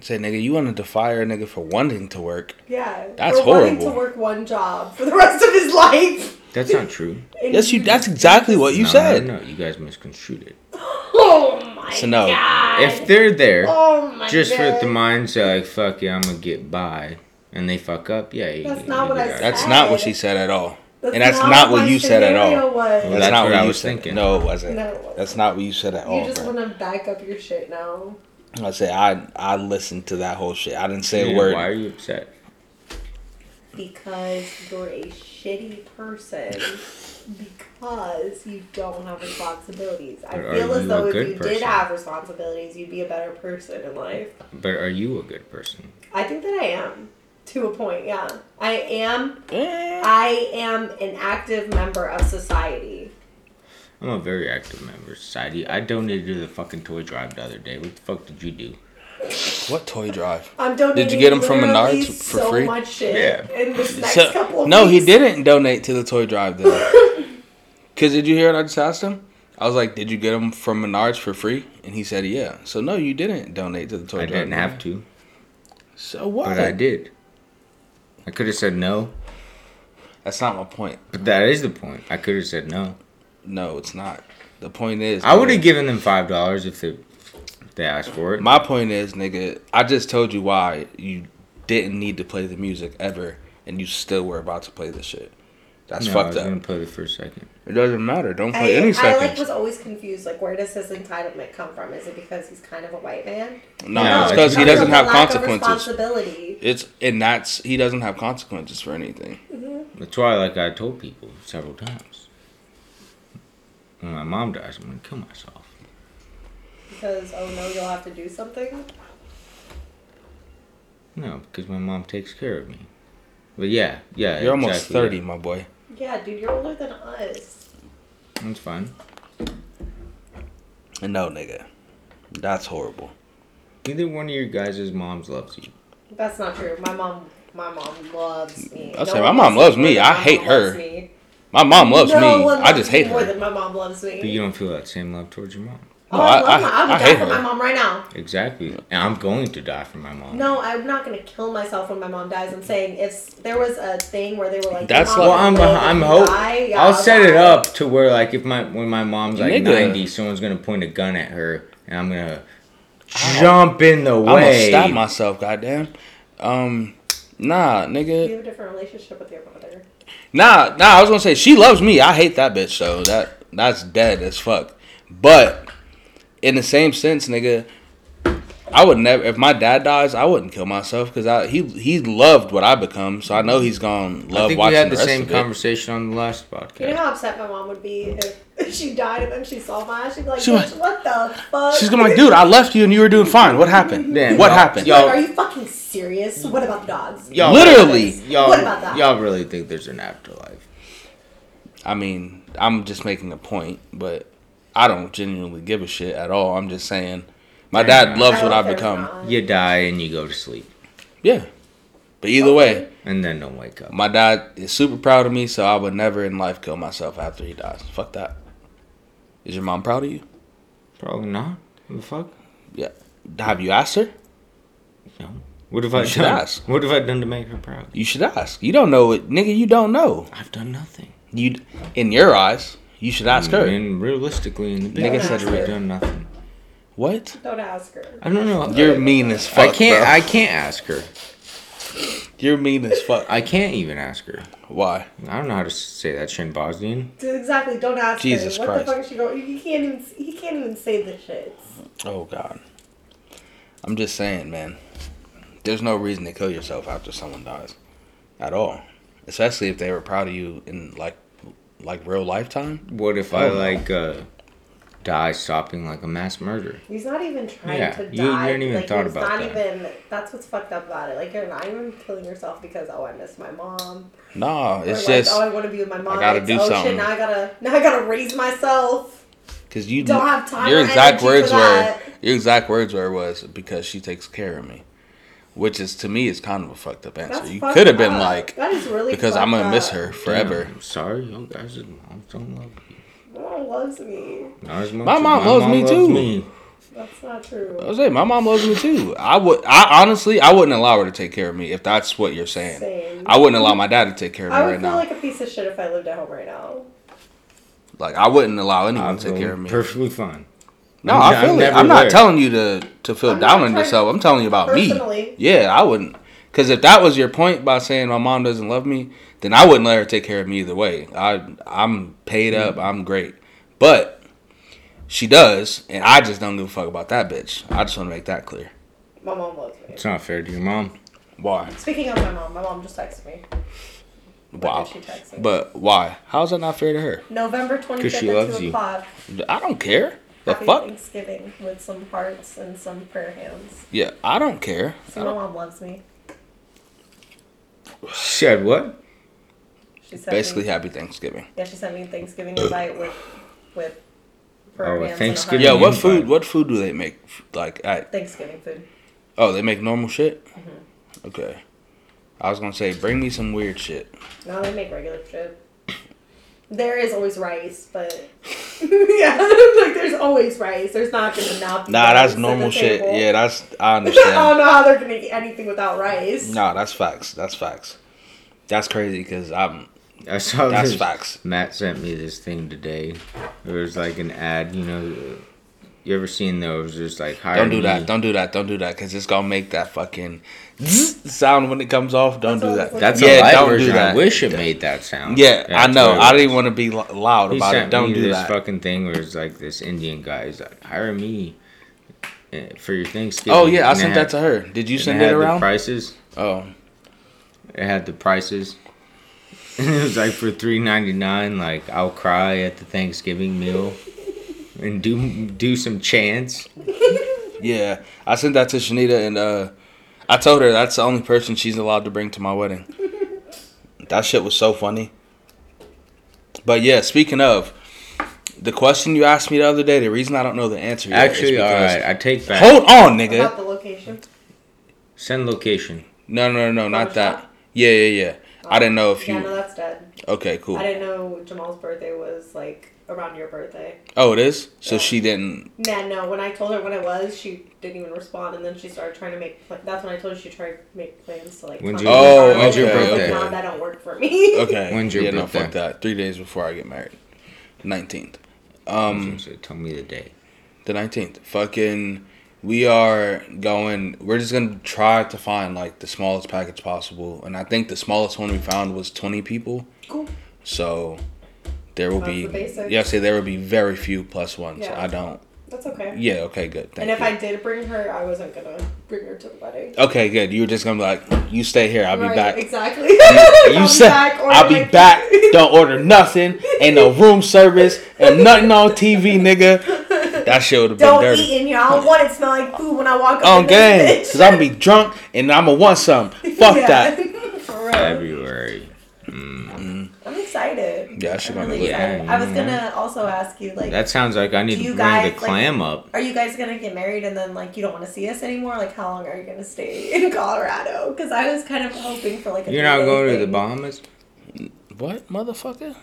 Say nigga, you wanted to fire a nigga for wanting to work. Yeah. That's for wanting to horrible. work one job for the rest of his life. That's not true. And Yes, you. That's exactly what you No, said. No, no, you guys misconstrued it. Oh my So no. god. If they're there, oh my just god. with the mindset like fuck yeah, I'm gonna get by, and they fuck up, yeah. you- That's you not do what I that. said. That's not what she said at all. and that's not what my you said at all. scenario was. Well, That's, that's not what what, I you was said. thinking. No, it wasn't. No, it wasn't. That's not what you said at You all, just bro. want to back up your shit now. I said I. I listened to that whole shit. I didn't say Dude, a word. Why are you upset? Because you're a shitty person. Because you don't have responsibilities. I But are feel as you though a if good you did person? have responsibilities, you'd be a better person in life. But are you a good person? I think that I am. To a point, yeah. I am. Eh. I am an active member of society. I'm a very active member of society. I donated to the fucking toy drive the other day. What the fuck did you do? What toy drive? I'm donating. Did you get 'em from literally Menards for so free? Much shit Yeah. In this next couple So, of no, he weeks. didn't donate to the toy drive though. Cause did you hear what I just asked him? I was like, "Did you get them from Menards for free?" And he said, "Yeah." So no, you didn't donate to the toy I drive. didn't have to. So what? But I did. I could have said no, That's not my point. but that is the point. I could have said no. No, it's not. The point is, I would have nigga, given them five dollars if they if they asked for it. My point is, nigga, I just told you why you didn't need to play the music ever, and you still were about to play this shit. That's no, I fucked was up. gonna play the first second. It doesn't matter. Don't I, play any I like seconds. was always confused. Like, where does his entitlement come from? Is it because he's kind of a white man? no, No, it's it's because he because doesn't of have the lack of consequences. responsibility. It's and that's he doesn't have consequences for anything. That's why, like I told people several times, when my mom dies, I'm gonna kill myself. Because oh no, you'll have to do something. No, because my mom takes care of me. But yeah, yeah. You're almost exactly, thirty, yeah. my boy. Yeah, dude, you're older than us. That's fine. And no, nigga, that's horrible. Neither one of your guys' moms loves you. That's not true. My mom, my mom loves me. I No say, one my mom loves me. more I than my hate mom loves her. me. My mom loves No me. one I just loves me hate More her. than my mom loves me. But you don't feel that same love towards your mom. oh, No, I, I- love I- my, I would I die hate for her. my mom right now. Exactly. And I'm going to die for my mom. No, I'm not gonna kill myself when my mom dies. I'm saying if there was a thing where they were like, That's your Well, I'm mom will live I'm and hope. die, yeah, I'll set it die. up to where like if my when my mom's like Nigga. 90, someone's gonna point a gun at her and I'm gonna jump in the I'm gonna way. stab myself. Goddamn. Um, nah, nigga. You have a different relationship with your mother. Nah, nah. I was gonna say she loves me. I hate that bitch though. That that's dead as fuck. But in the same sense, nigga, I would never. If my dad dies, I wouldn't kill myself because I he he loved what I become. So I know he's gonna love I think watching we had the, the rest same of it. conversation on the last podcast. You know how upset my mom would be if she died and then she saw mine. She'd be like, She "Bitch, might- what the fuck?" She's gonna be like, dude, I left you and you were doing fine. What happened? Damn, what y'all- happened? y'all- Like, are you fucking serious? What about the dogs? Y'all- Literally. Y'all, What about that? y'all really think there's an afterlife? I mean, I'm just making a point, but I don't genuinely give a shit at all. I'm just saying, my Oh, Fair dad enough. loves what hope I've there's become. not. You die and you go to sleep, Yeah, but either way. and then don't wake up. My dad is super proud of me, so I would never in life kill myself after he dies. Fuck that. Is your mom proud of you? Probably not. What the fuck? Yeah. Have you asked her? No. What have I should done? ask. What have I done to make her proud? You should ask. You don't know it, nigga. You don't know. I've done nothing. You, in your eyes, you should ask her. And realistically, in the big Nigga picture, said I've real. done nothing. What? Don't ask her. I don't know. You're mean as fuck. I can't. bro. I can't ask her. You're mean as fuck. I can't even ask her. Why? I don't know how to say that shit in Bosnian. Exactly. Don't ask Jesus her. What Christ. the fuck is she going? He can't even. He can't even say the shits. Oh God. I'm just saying, man. There's no reason to kill yourself after someone dies, at all. Especially if they were proud of you in like, like real lifetime. What if Oh, I like uh, die stopping like a mass murder? He's not even trying Yeah, to die. you- you hadn't even like, thought he's about not that. even. That's what's fucked up about it. Like you're not even killing yourself because oh I miss my mom. Nah, Or it's like, just oh I want to be with my mom. gotta It's, do oh, something. Shit, now I gotta. Now I gotta raise myself. Because you Don't have time Your or exact energy words for were that. your exact words were was because she takes care of me, which is to me is kind of a fucked up answer. That's you fucked could have been up. like That is really because I'm fucked gonna miss up. her forever. Damn, I'm sorry, y'all guys' moms don't love me. My mom loves me. Not as much My as mom loves me too. That's not true. I was like, my mom loves me too. I would I honestly I wouldn't allow her to take care of me if that's what you're saying. Same. I wouldn't allow my dad to take care of me I would right feel now. Like, like a piece of shit if I lived at home right now. I wouldn't allow anyone I'm to take care of me. perfectly fine. No, I'm I not- feel I'm it. never I'm not there. telling you to to feel I'm down not on trying- yourself. I'm telling you about me. Personally. Yeah, I wouldn't. Because if that was your point by saying my mom doesn't love me, then I wouldn't let her take care of me either way. I I'm paid up. Mm-hmm. I'm great. But she does, and I just don't give a fuck about that bitch. I just want to make that clear. My mom loves me. It's not fair to your mom. Why? Speaking of my mom, my mom just texted me. Wow. she texts me. But why? How is that not fair to her? November 25th she at loves 2 you. o'clock. I don't care. The Happy fuck? Thanksgiving with some hearts and some prayer hands. Yeah, I don't care. So my mom loves me. Said what? She sent Basically, me, happy Thanksgiving. yeah, she sent me a Thanksgiving invite with with Oh, prayer hands Thanksgiving. Yeah, and a heart. what invite. food? What food do they make? Like at Thanksgiving food. Oh, they make normal shit? Mm-hmm. Okay. I was gonna say, bring me some weird shit. No, they make regular shit. There is always rice, but yeah, like there's always rice. There's not gonna not be Nah, rice that's at normal the shit. table. Yeah, that's I I don't understand. know how they're gonna eat anything without rice. nah, that's facts. That's facts. That's crazy because I'm I saw That's this. facts. Matt sent me this thing today. It was like an ad, you know. You ever seen those? Just like hire don't do me. that. Don't do that. Don't do that because it's gonna make that fucking sound when it comes off. Don't do That's that. all That's yeah, a live don't do version. I that. wish it made that sound. Yeah, I That's know. what it I was. didn't want to be lo- loud He about sent it. Don't me do this that. fucking thing where it's like this Indian guy. He's like, hire me uh, for your Thanksgiving. oh yeah, I And it sent had- that to her. Did you and send it it had The around? prices. oh, It had the prices. And it was like for three ninety nine. Like I'll cry at the Thanksgiving meal, and do do some chants. yeah. I sent that to Shanita, and uh, I told her that's the only person she's allowed to bring to my wedding. that shit was so funny. But yeah, speaking of the question you asked me the other day, the reason I don't know the answer yet is Actually, all because- right, I take back. Hold on, About nigga. the location. Send location. No, no, no, Oh, not that. shot? Yeah, yeah, yeah. I didn't know if Yeah, no, you. that's dead. Okay, cool. I didn't know Jamal's birthday was like around your birthday. Oh, it is. So Yeah. she didn't. Man, no. When I told her when it was, she didn't even respond, and then she started trying to make. Pl- that's when I told her she tried to make plans to like. When's come your- to Oh, Charlotte. when's your Like, birthday? Mom, that don't work for me. Okay. When's your yeah, no, fuck birthday? that. Three days before I get married. Nineteenth. Um, Um, tell me the day. the nineteenth. Fucking. We are going. We're just gonna try to find like the smallest package possible, and I think the smallest one we found was twenty people. Cool. So there will That's be. the basics. Yeah, say there will be very few plus ones. Yeah. I don't. That's okay. Yeah. Okay. Good. Thank and if you. I did bring her, I wasn't gonna bring her to the wedding. Okay, good. You were just gonna be like, you stay here, I'll be Right, back. Exactly. You said I'll be back. Don't order nothing. Ain't no room service and nothing on TV, nigga. That shit would have been Don't dirty. eat in here. I don't want it smell like food when I walk up. On in this game, bitch. cause I'm gonna be drunk and I'm gonna want some. Fuck Yeah. that. For real. February. I'm excited. Yeah, that shit I'm gonna really be lit. excited. Yeah. I was gonna also ask you like, That sounds like I need to Do you bring guys, the like- clam up. are you guys gonna get married and then like you don't want to see us anymore? Like, how long are you gonna stay in Colorado? Because I was kind of hoping for like a You're not three-day going to thing. the Bahamas. What, motherfucker?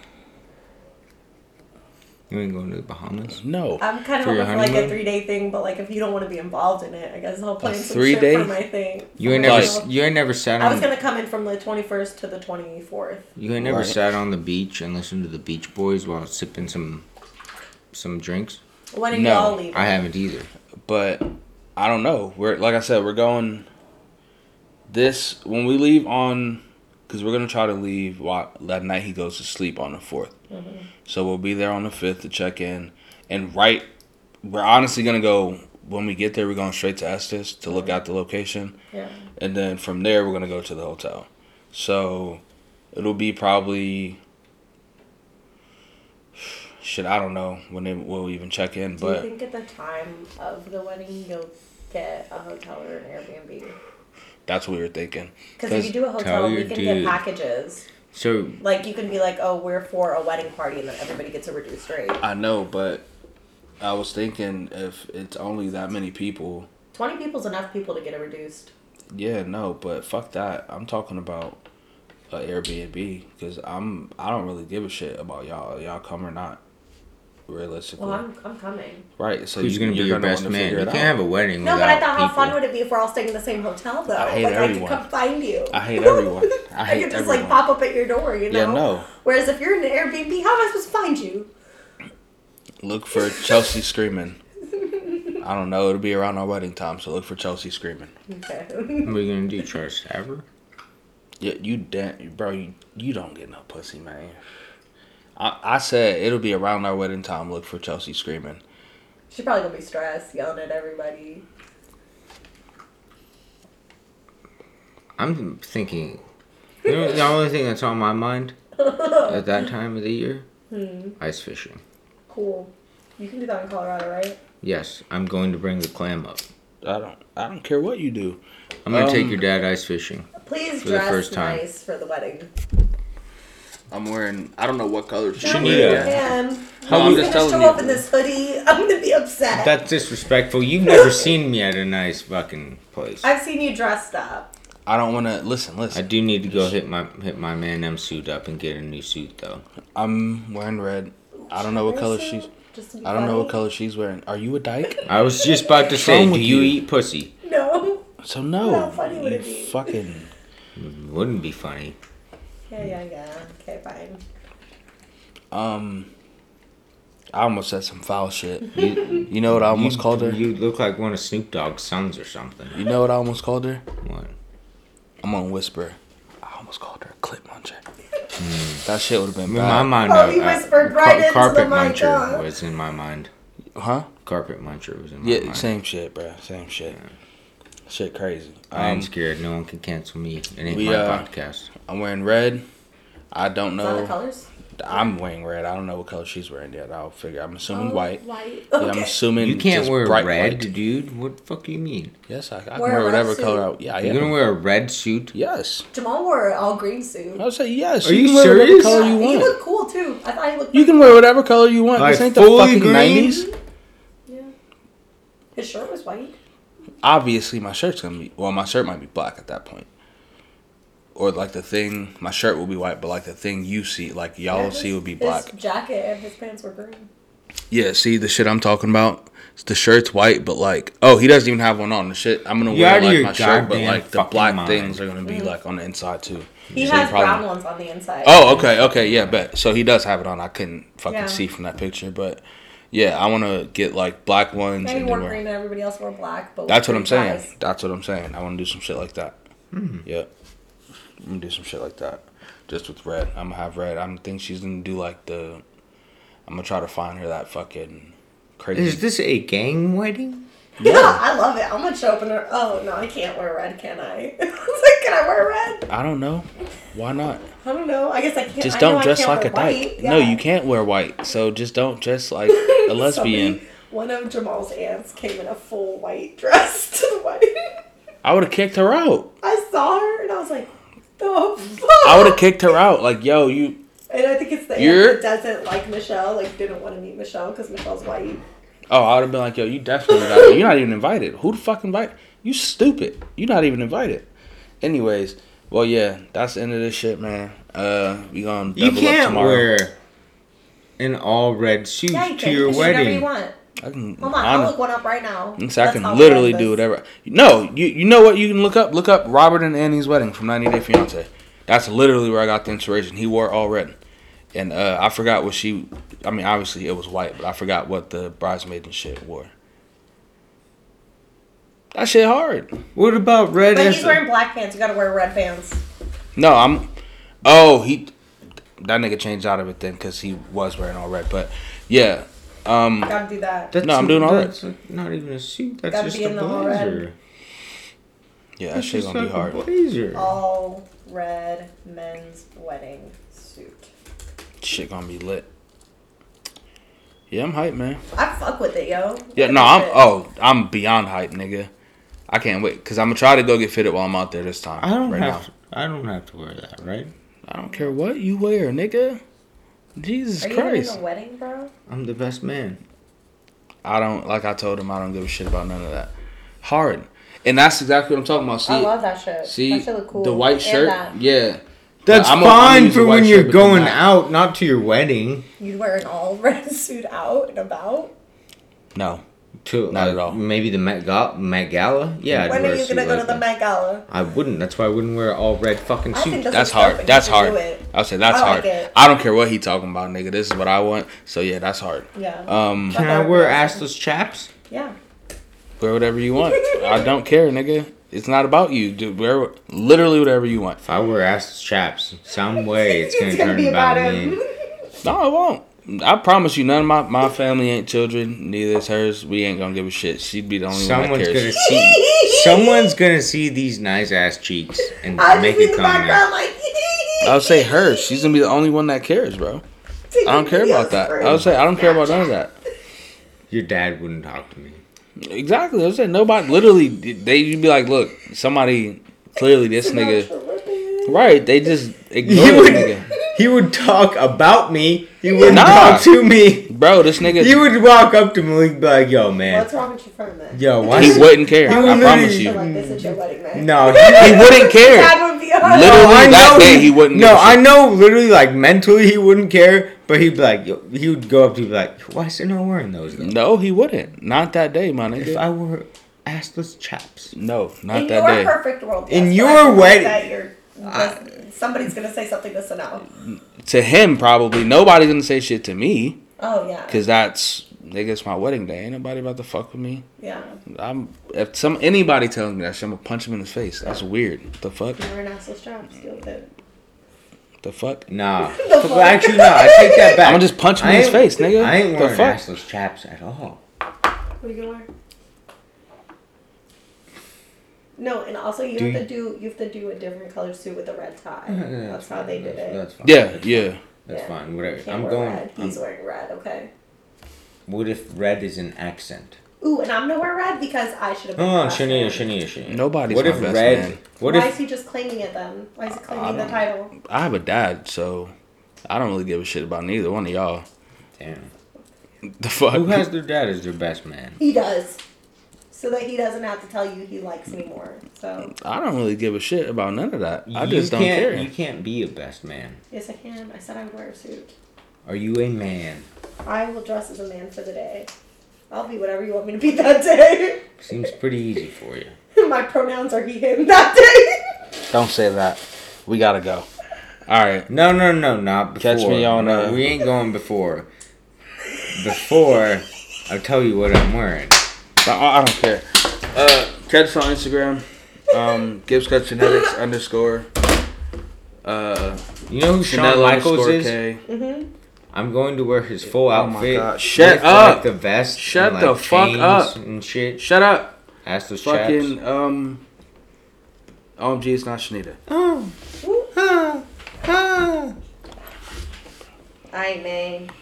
You ain't going to the Bahamas. No. I'm kind of For your hoping for like a honeymoon? three day thing, but like if you don't want to be involved in it, I guess I'll plan some shit three-day? for my thing. You ain't For never. my s- little- You um, ain't never sat I was on. gonna come in from the 21st to the 24th. You ain't never Right. sat on the beach and listened to the Beach Boys while sipping some, some drinks. When are No, y'all leaving? I haven't either. but I don't know. We're like I said, we're going this when we leave on because we're gonna try to leave while, that night he goes to sleep on the 4th So we'll be there on the fifth to check in, and right, we're honestly gonna go when we get there. We're going straight to Estes to look at the location, yeah. and then from there we're gonna go to the hotel. So it'll be probably. Shit, I don't know when it will even check in, Do but you think at the time of the wedding you'll get a hotel or an Airbnb? that's what we were thinking. Because if you do a tell hotel, we your can dude. get packages. So Like you can be like, oh, we're for a wedding party, and then everybody gets a reduced rate. I know, but I was thinking if it's only that many people, 20 people's enough people to get a reduced. yeah, no, but fuck that. I'm talking about a Airbnb because I'm I don't really give a shit about y'all y'all come or not. Realistically, Well, I'm, I'm coming. right? So who's you, gonna be you're your gonna best wanna man? You figure it can't out. have a wedding No, but without I thought how people. fun would it be if we're all staying in the same hotel though? I hate like everyone. I could come find you. I hate everyone. I hate could just everyone. like pop up at your door, you know. Yeah, no. Whereas if you're in an Airbnb, how am I supposed to find you? Look for Chelsea screaming. I don't know. It'll be around our wedding time, so look for Chelsea screaming. Okay. What are you gonna do, try to stab her? Yeah, you damn, bro, you, you don't get no pussy, man. I, I said it'll be around our wedding time. Look for Chelsea screaming. She's probably gonna be stressed, yelling at everybody. I'm thinking. You know, the only thing that's on my mind at that time of the year, ice fishing. Cool. You can do that in Colorado, right? Yes, I'm going to bring the clam up. I don't, I don't care what you do. I'm gonna take Um, your dad ice fishing. Please For the dress first time. nice for the wedding. I'm wearing, I don't know what color. she- Not need you, a- him. No, I'm He's just gonna telling show up you. in this hoodie. I'm gonna be upset. That's disrespectful. You've never seen me at a nice fucking place. I've seen you dressed up. I don't want to listen. I Listen, do need to go hit my hit my man M suit up and get a new suit though. I'm wearing red. I don't know what color she's. Just I don't know what color she's wearing. Are you a dyke? I was just about to say, wrong do with you, you? eat pussy? No. So no. How funny would you it be? fucking. Wouldn't be funny. Yeah, yeah, yeah. Okay, fine. Um. I almost said some foul shit. You, You know what I almost you- called her? You You look like one of Snoop Dogg's sons or something. know what I almost called her? What? I'm gonna whisper. I almost called her a clip muncher. That shit would have I been mean, Hmm. my bad. mind. Oh, uh, you uh, whispered right into the carpet mic, Oh. muncher huh? was in my mind. Huh? Carpet muncher was in my Yeah, mind. same shit, bro. Same shit. Shit crazy. I Um, ain't scared. No one can cancel me. It ain't we, my uh, podcast. I'm wearing red. I don't Is that the know. colors? I'm wearing red. I don't know what color she's wearing yet. I'll figure. I'm assuming Oh, white. White. Yeah, Okay. I'm assuming You can't just wear bright red, white. dude. What the fuck do you mean? Yes, I, I can Wear a wear red whatever suit. color. I, yeah, I You're gonna am. wear a red suit? Yes, Jamal wore an all green suit. I'll say yes. Are you can wear whatever serious? color you Yeah, He want. looked cool too. I thought he looked. You can wear whatever color you want. Like this ain't the fully fucking green? nineties. Yeah. His shirt was white. Obviously, my shirt's gonna be. Well, my shirt might be black at that point. Or like the thing, my shirt will be white, but like the thing you see, like y'all Yeah, see, his- will be black. His jacket and his pants were green. Yeah, see the shit I'm talking about. It's The shirt's white, but like, oh, he doesn't even have one on. The shit I'm gonna You're wear out of like your my shirt, but goddamn like the fucking black mind. things are gonna be like on the inside too. Mm. He So has probably- brown ones on the inside. Oh, okay, okay, yeah, bet. So he does have it on. I couldn't fucking Yeah. see from that picture, but yeah, I want to get like black ones. Yeah, he And wore then wear. green and everybody else wore black. But That's with what I'm three saying. ties. That's what I'm saying. I want to do some shit like that. Yep. I'm gonna do some shit like that, just with red. I'm gonna have red. I'm think she's gonna do like the. I'm gonna try to find her that fucking crazy. Is this a gang wedding? Yeah, I love it. I'm gonna show up in her. Oh no, I can't wear red, can I? I was like, can I wear red? I don't know. Why not? I don't know. I guess I can't. Just I know don't I dress can't like wear a dyke. white. No, Yeah. you can't wear white. So just don't dress like a lesbian. Somebody- one of Jamal's aunts came in a full white dress to the wedding. I would have kicked her out. I saw her and I was like, the fuck. I would have kicked her out. Like, yo, you. And I think it's the You're- aunt that doesn't like Michelle, like didn't want to meet Michelle because Michelle's white. Oh, I would have been like, yo, you definitely not. You're not even invited. Who the fuck invite? You stupid. You're not even invited. Anyways, well, yeah, that's the end of this shit, man. Uh, we gonna double You up can't tomorrow. wear an all red suit Yeah, you to can. your you whatever you wedding. want. I can. Hold on, I I'll don't- look one up right now. So I That's how can we literally have do this. whatever. No, you you know what? You can look up look up Robert and Annie's wedding from 90 Day Fiance. That's literally where I got the inspiration. He wore all red, and uh, I forgot what she. I mean, obviously it was white, but I forgot what the bridesmaid and shit wore. That shit hard. What about red? But as he's a- wearing black pants. You gotta wear red pants. No, I'm. Oh, he. That nigga changed out of it then because he was wearing all red. But yeah, um, Gotta do that. That's No, I'm a- doing all that's a- not even a suit. That's Gotta just be a in the all red. blazer. yeah, that That's shit just gonna be like a hard. blazer. All red men's wedding suit. Shit gonna be lit. Yeah, I'm hyped, man. I fuck with it, yo. Yeah, Look no, at I'm this. oh, I'm beyond hype, nigga. I can't wait because I'm gonna try to go get fitted while I'm out there this time. I don't right have. now. To, I don't have to wear that, right? I don't care what you wear, nigga. Jesus Are you even in Christ. a wedding, bro? I'm the best man. I don't like. I told him I don't give a shit about none of that. Hard, and that's exactly what I'm talking about. See, I love that shit. see that shit look cool. the white And shirt. that. Yeah, That's I'm a- I'm fine using for white when shirt, you're but going not- out, not to your wedding. You'd wear an all red suit out and about. no, To Not uh, at all. Maybe the Met, Ga- Met Gala. Yeah. I'd when wear are a you suit gonna go like to the that. Met Gala? I wouldn't. That's why I wouldn't wear an all red fucking I suit. think that's, that's what's hard. perfect. That's You should hard. do it. I'll say that's I like hard. it. I don't care what he talking about, nigga. This is what I want. So yeah, that's hard. Yeah. Um, Can I wear assless chaps? yeah. Wear whatever you want. I don't care, nigga. It's not about you. Dude, wear literally whatever you want. If I wear assless chaps, some way it's gonna turn about, me. No, it won't. I promise you, none of my, my family ain't children. Neither is hers. We ain't gonna give a shit. She'd be the only one Someone's that gonna cares. see. Someone's gonna see these nice ass cheeks and I'll make just be in a the comment. background like. I would say hers. She's gonna be the only one that cares, bro. Taking I don't care about videos that. for I would say I don't care about none of that. Your dad wouldn't talk to me. Exactly. I would say nobody. Literally, they you'd be like, look, somebody clearly this nigga. Sinatra ripping. Right? They just ignore You this would- nigga. He would talk about me. He wouldn't Nah. talk to me. Bro, this nigga. You would walk up to Malik and be like, yo, man. What's wrong with your friend then? Yo, why? he wouldn't care. You I promise literally- you. I'm like, this is your wedding night. No, He he- wouldn't care. That would be awesome. Literally- I that know day he wouldn't give No, a I shit. know literally, like, mentally he wouldn't care, but he'd be like, yo, he would go up to you be like, why is there no wearing those? though? No, he wouldn't. Not that day, my If nigga. I wore assless chaps. no, not In your that day. perfect world. In yes, your but I think wedding- that you're- that's- Somebody's gonna say something to Sanel. To him, probably nobody's gonna say shit to me, Oh yeah. cause that's nigga. It's my wedding day. Ain't nobody about to fuck with me. Yeah. I'm if some anybody tells me that shit, I'm gonna punch him in his face. That's weird. The fuck? You were an assless straps. Deal with it. The fuck? Nah. The fuck? Well, actually, no, I take that back. I'ma just punch him I in his ain't- face, nigga. I ain't The wearing fuck? assless chaps at all. What are you gonna wear? No, and also you Do have you- to do you have to do a different colored suit with a red tie. Yeah, yeah, That's how they did that's, it. That's fine. Yeah, yeah. That's Yeah. fine. You Whatever. can't I'm wear going. Red. I'm- He's wearing red. Okay. what if red is an accent? Ooh, and I'm gonna wear red because I should Hold have. been on, last Shania, one. Shania, Shania. Nobody's What my if best red? man. What Why is if? he just claiming it then? Why is he I claiming the don't- title? I have a dad, so I don't really give a shit about neither one of y'all. Damn. The fuck? Who has their dad as their best man? He does. So that he doesn't have to tell you he likes me more. So I don't really give a shit about none of that. I You just don't can't- care. You can't be a best man. yes, I can. I said I would wear a suit. Are you a man? I will dress as a man for the day. I'll be whatever you want me to be that day. Seems pretty easy for you. My pronouns are he, him that day. Don't say that. We gotta go. All right. No, no, no, not before. Catch me on, No, uh, we ain't going before. Before, I'll tell you what I'm wearing. I, I don't care. Uh, catch us on Instagram. Um, Gibbs Cut Genetics underscore. Uh, You know who Shawn Chanel Michaels underscore is? K. Mm-hmm. I'm going to wear his full Oh my outfit. God. Shut with, up. Like, the vest. Shut and, like, the fuck chains up. And shit. Shut up. Ask those Fucking chaps. um. OMG, it's not Shanita. Oh. Woo. Ah. Ah. I may.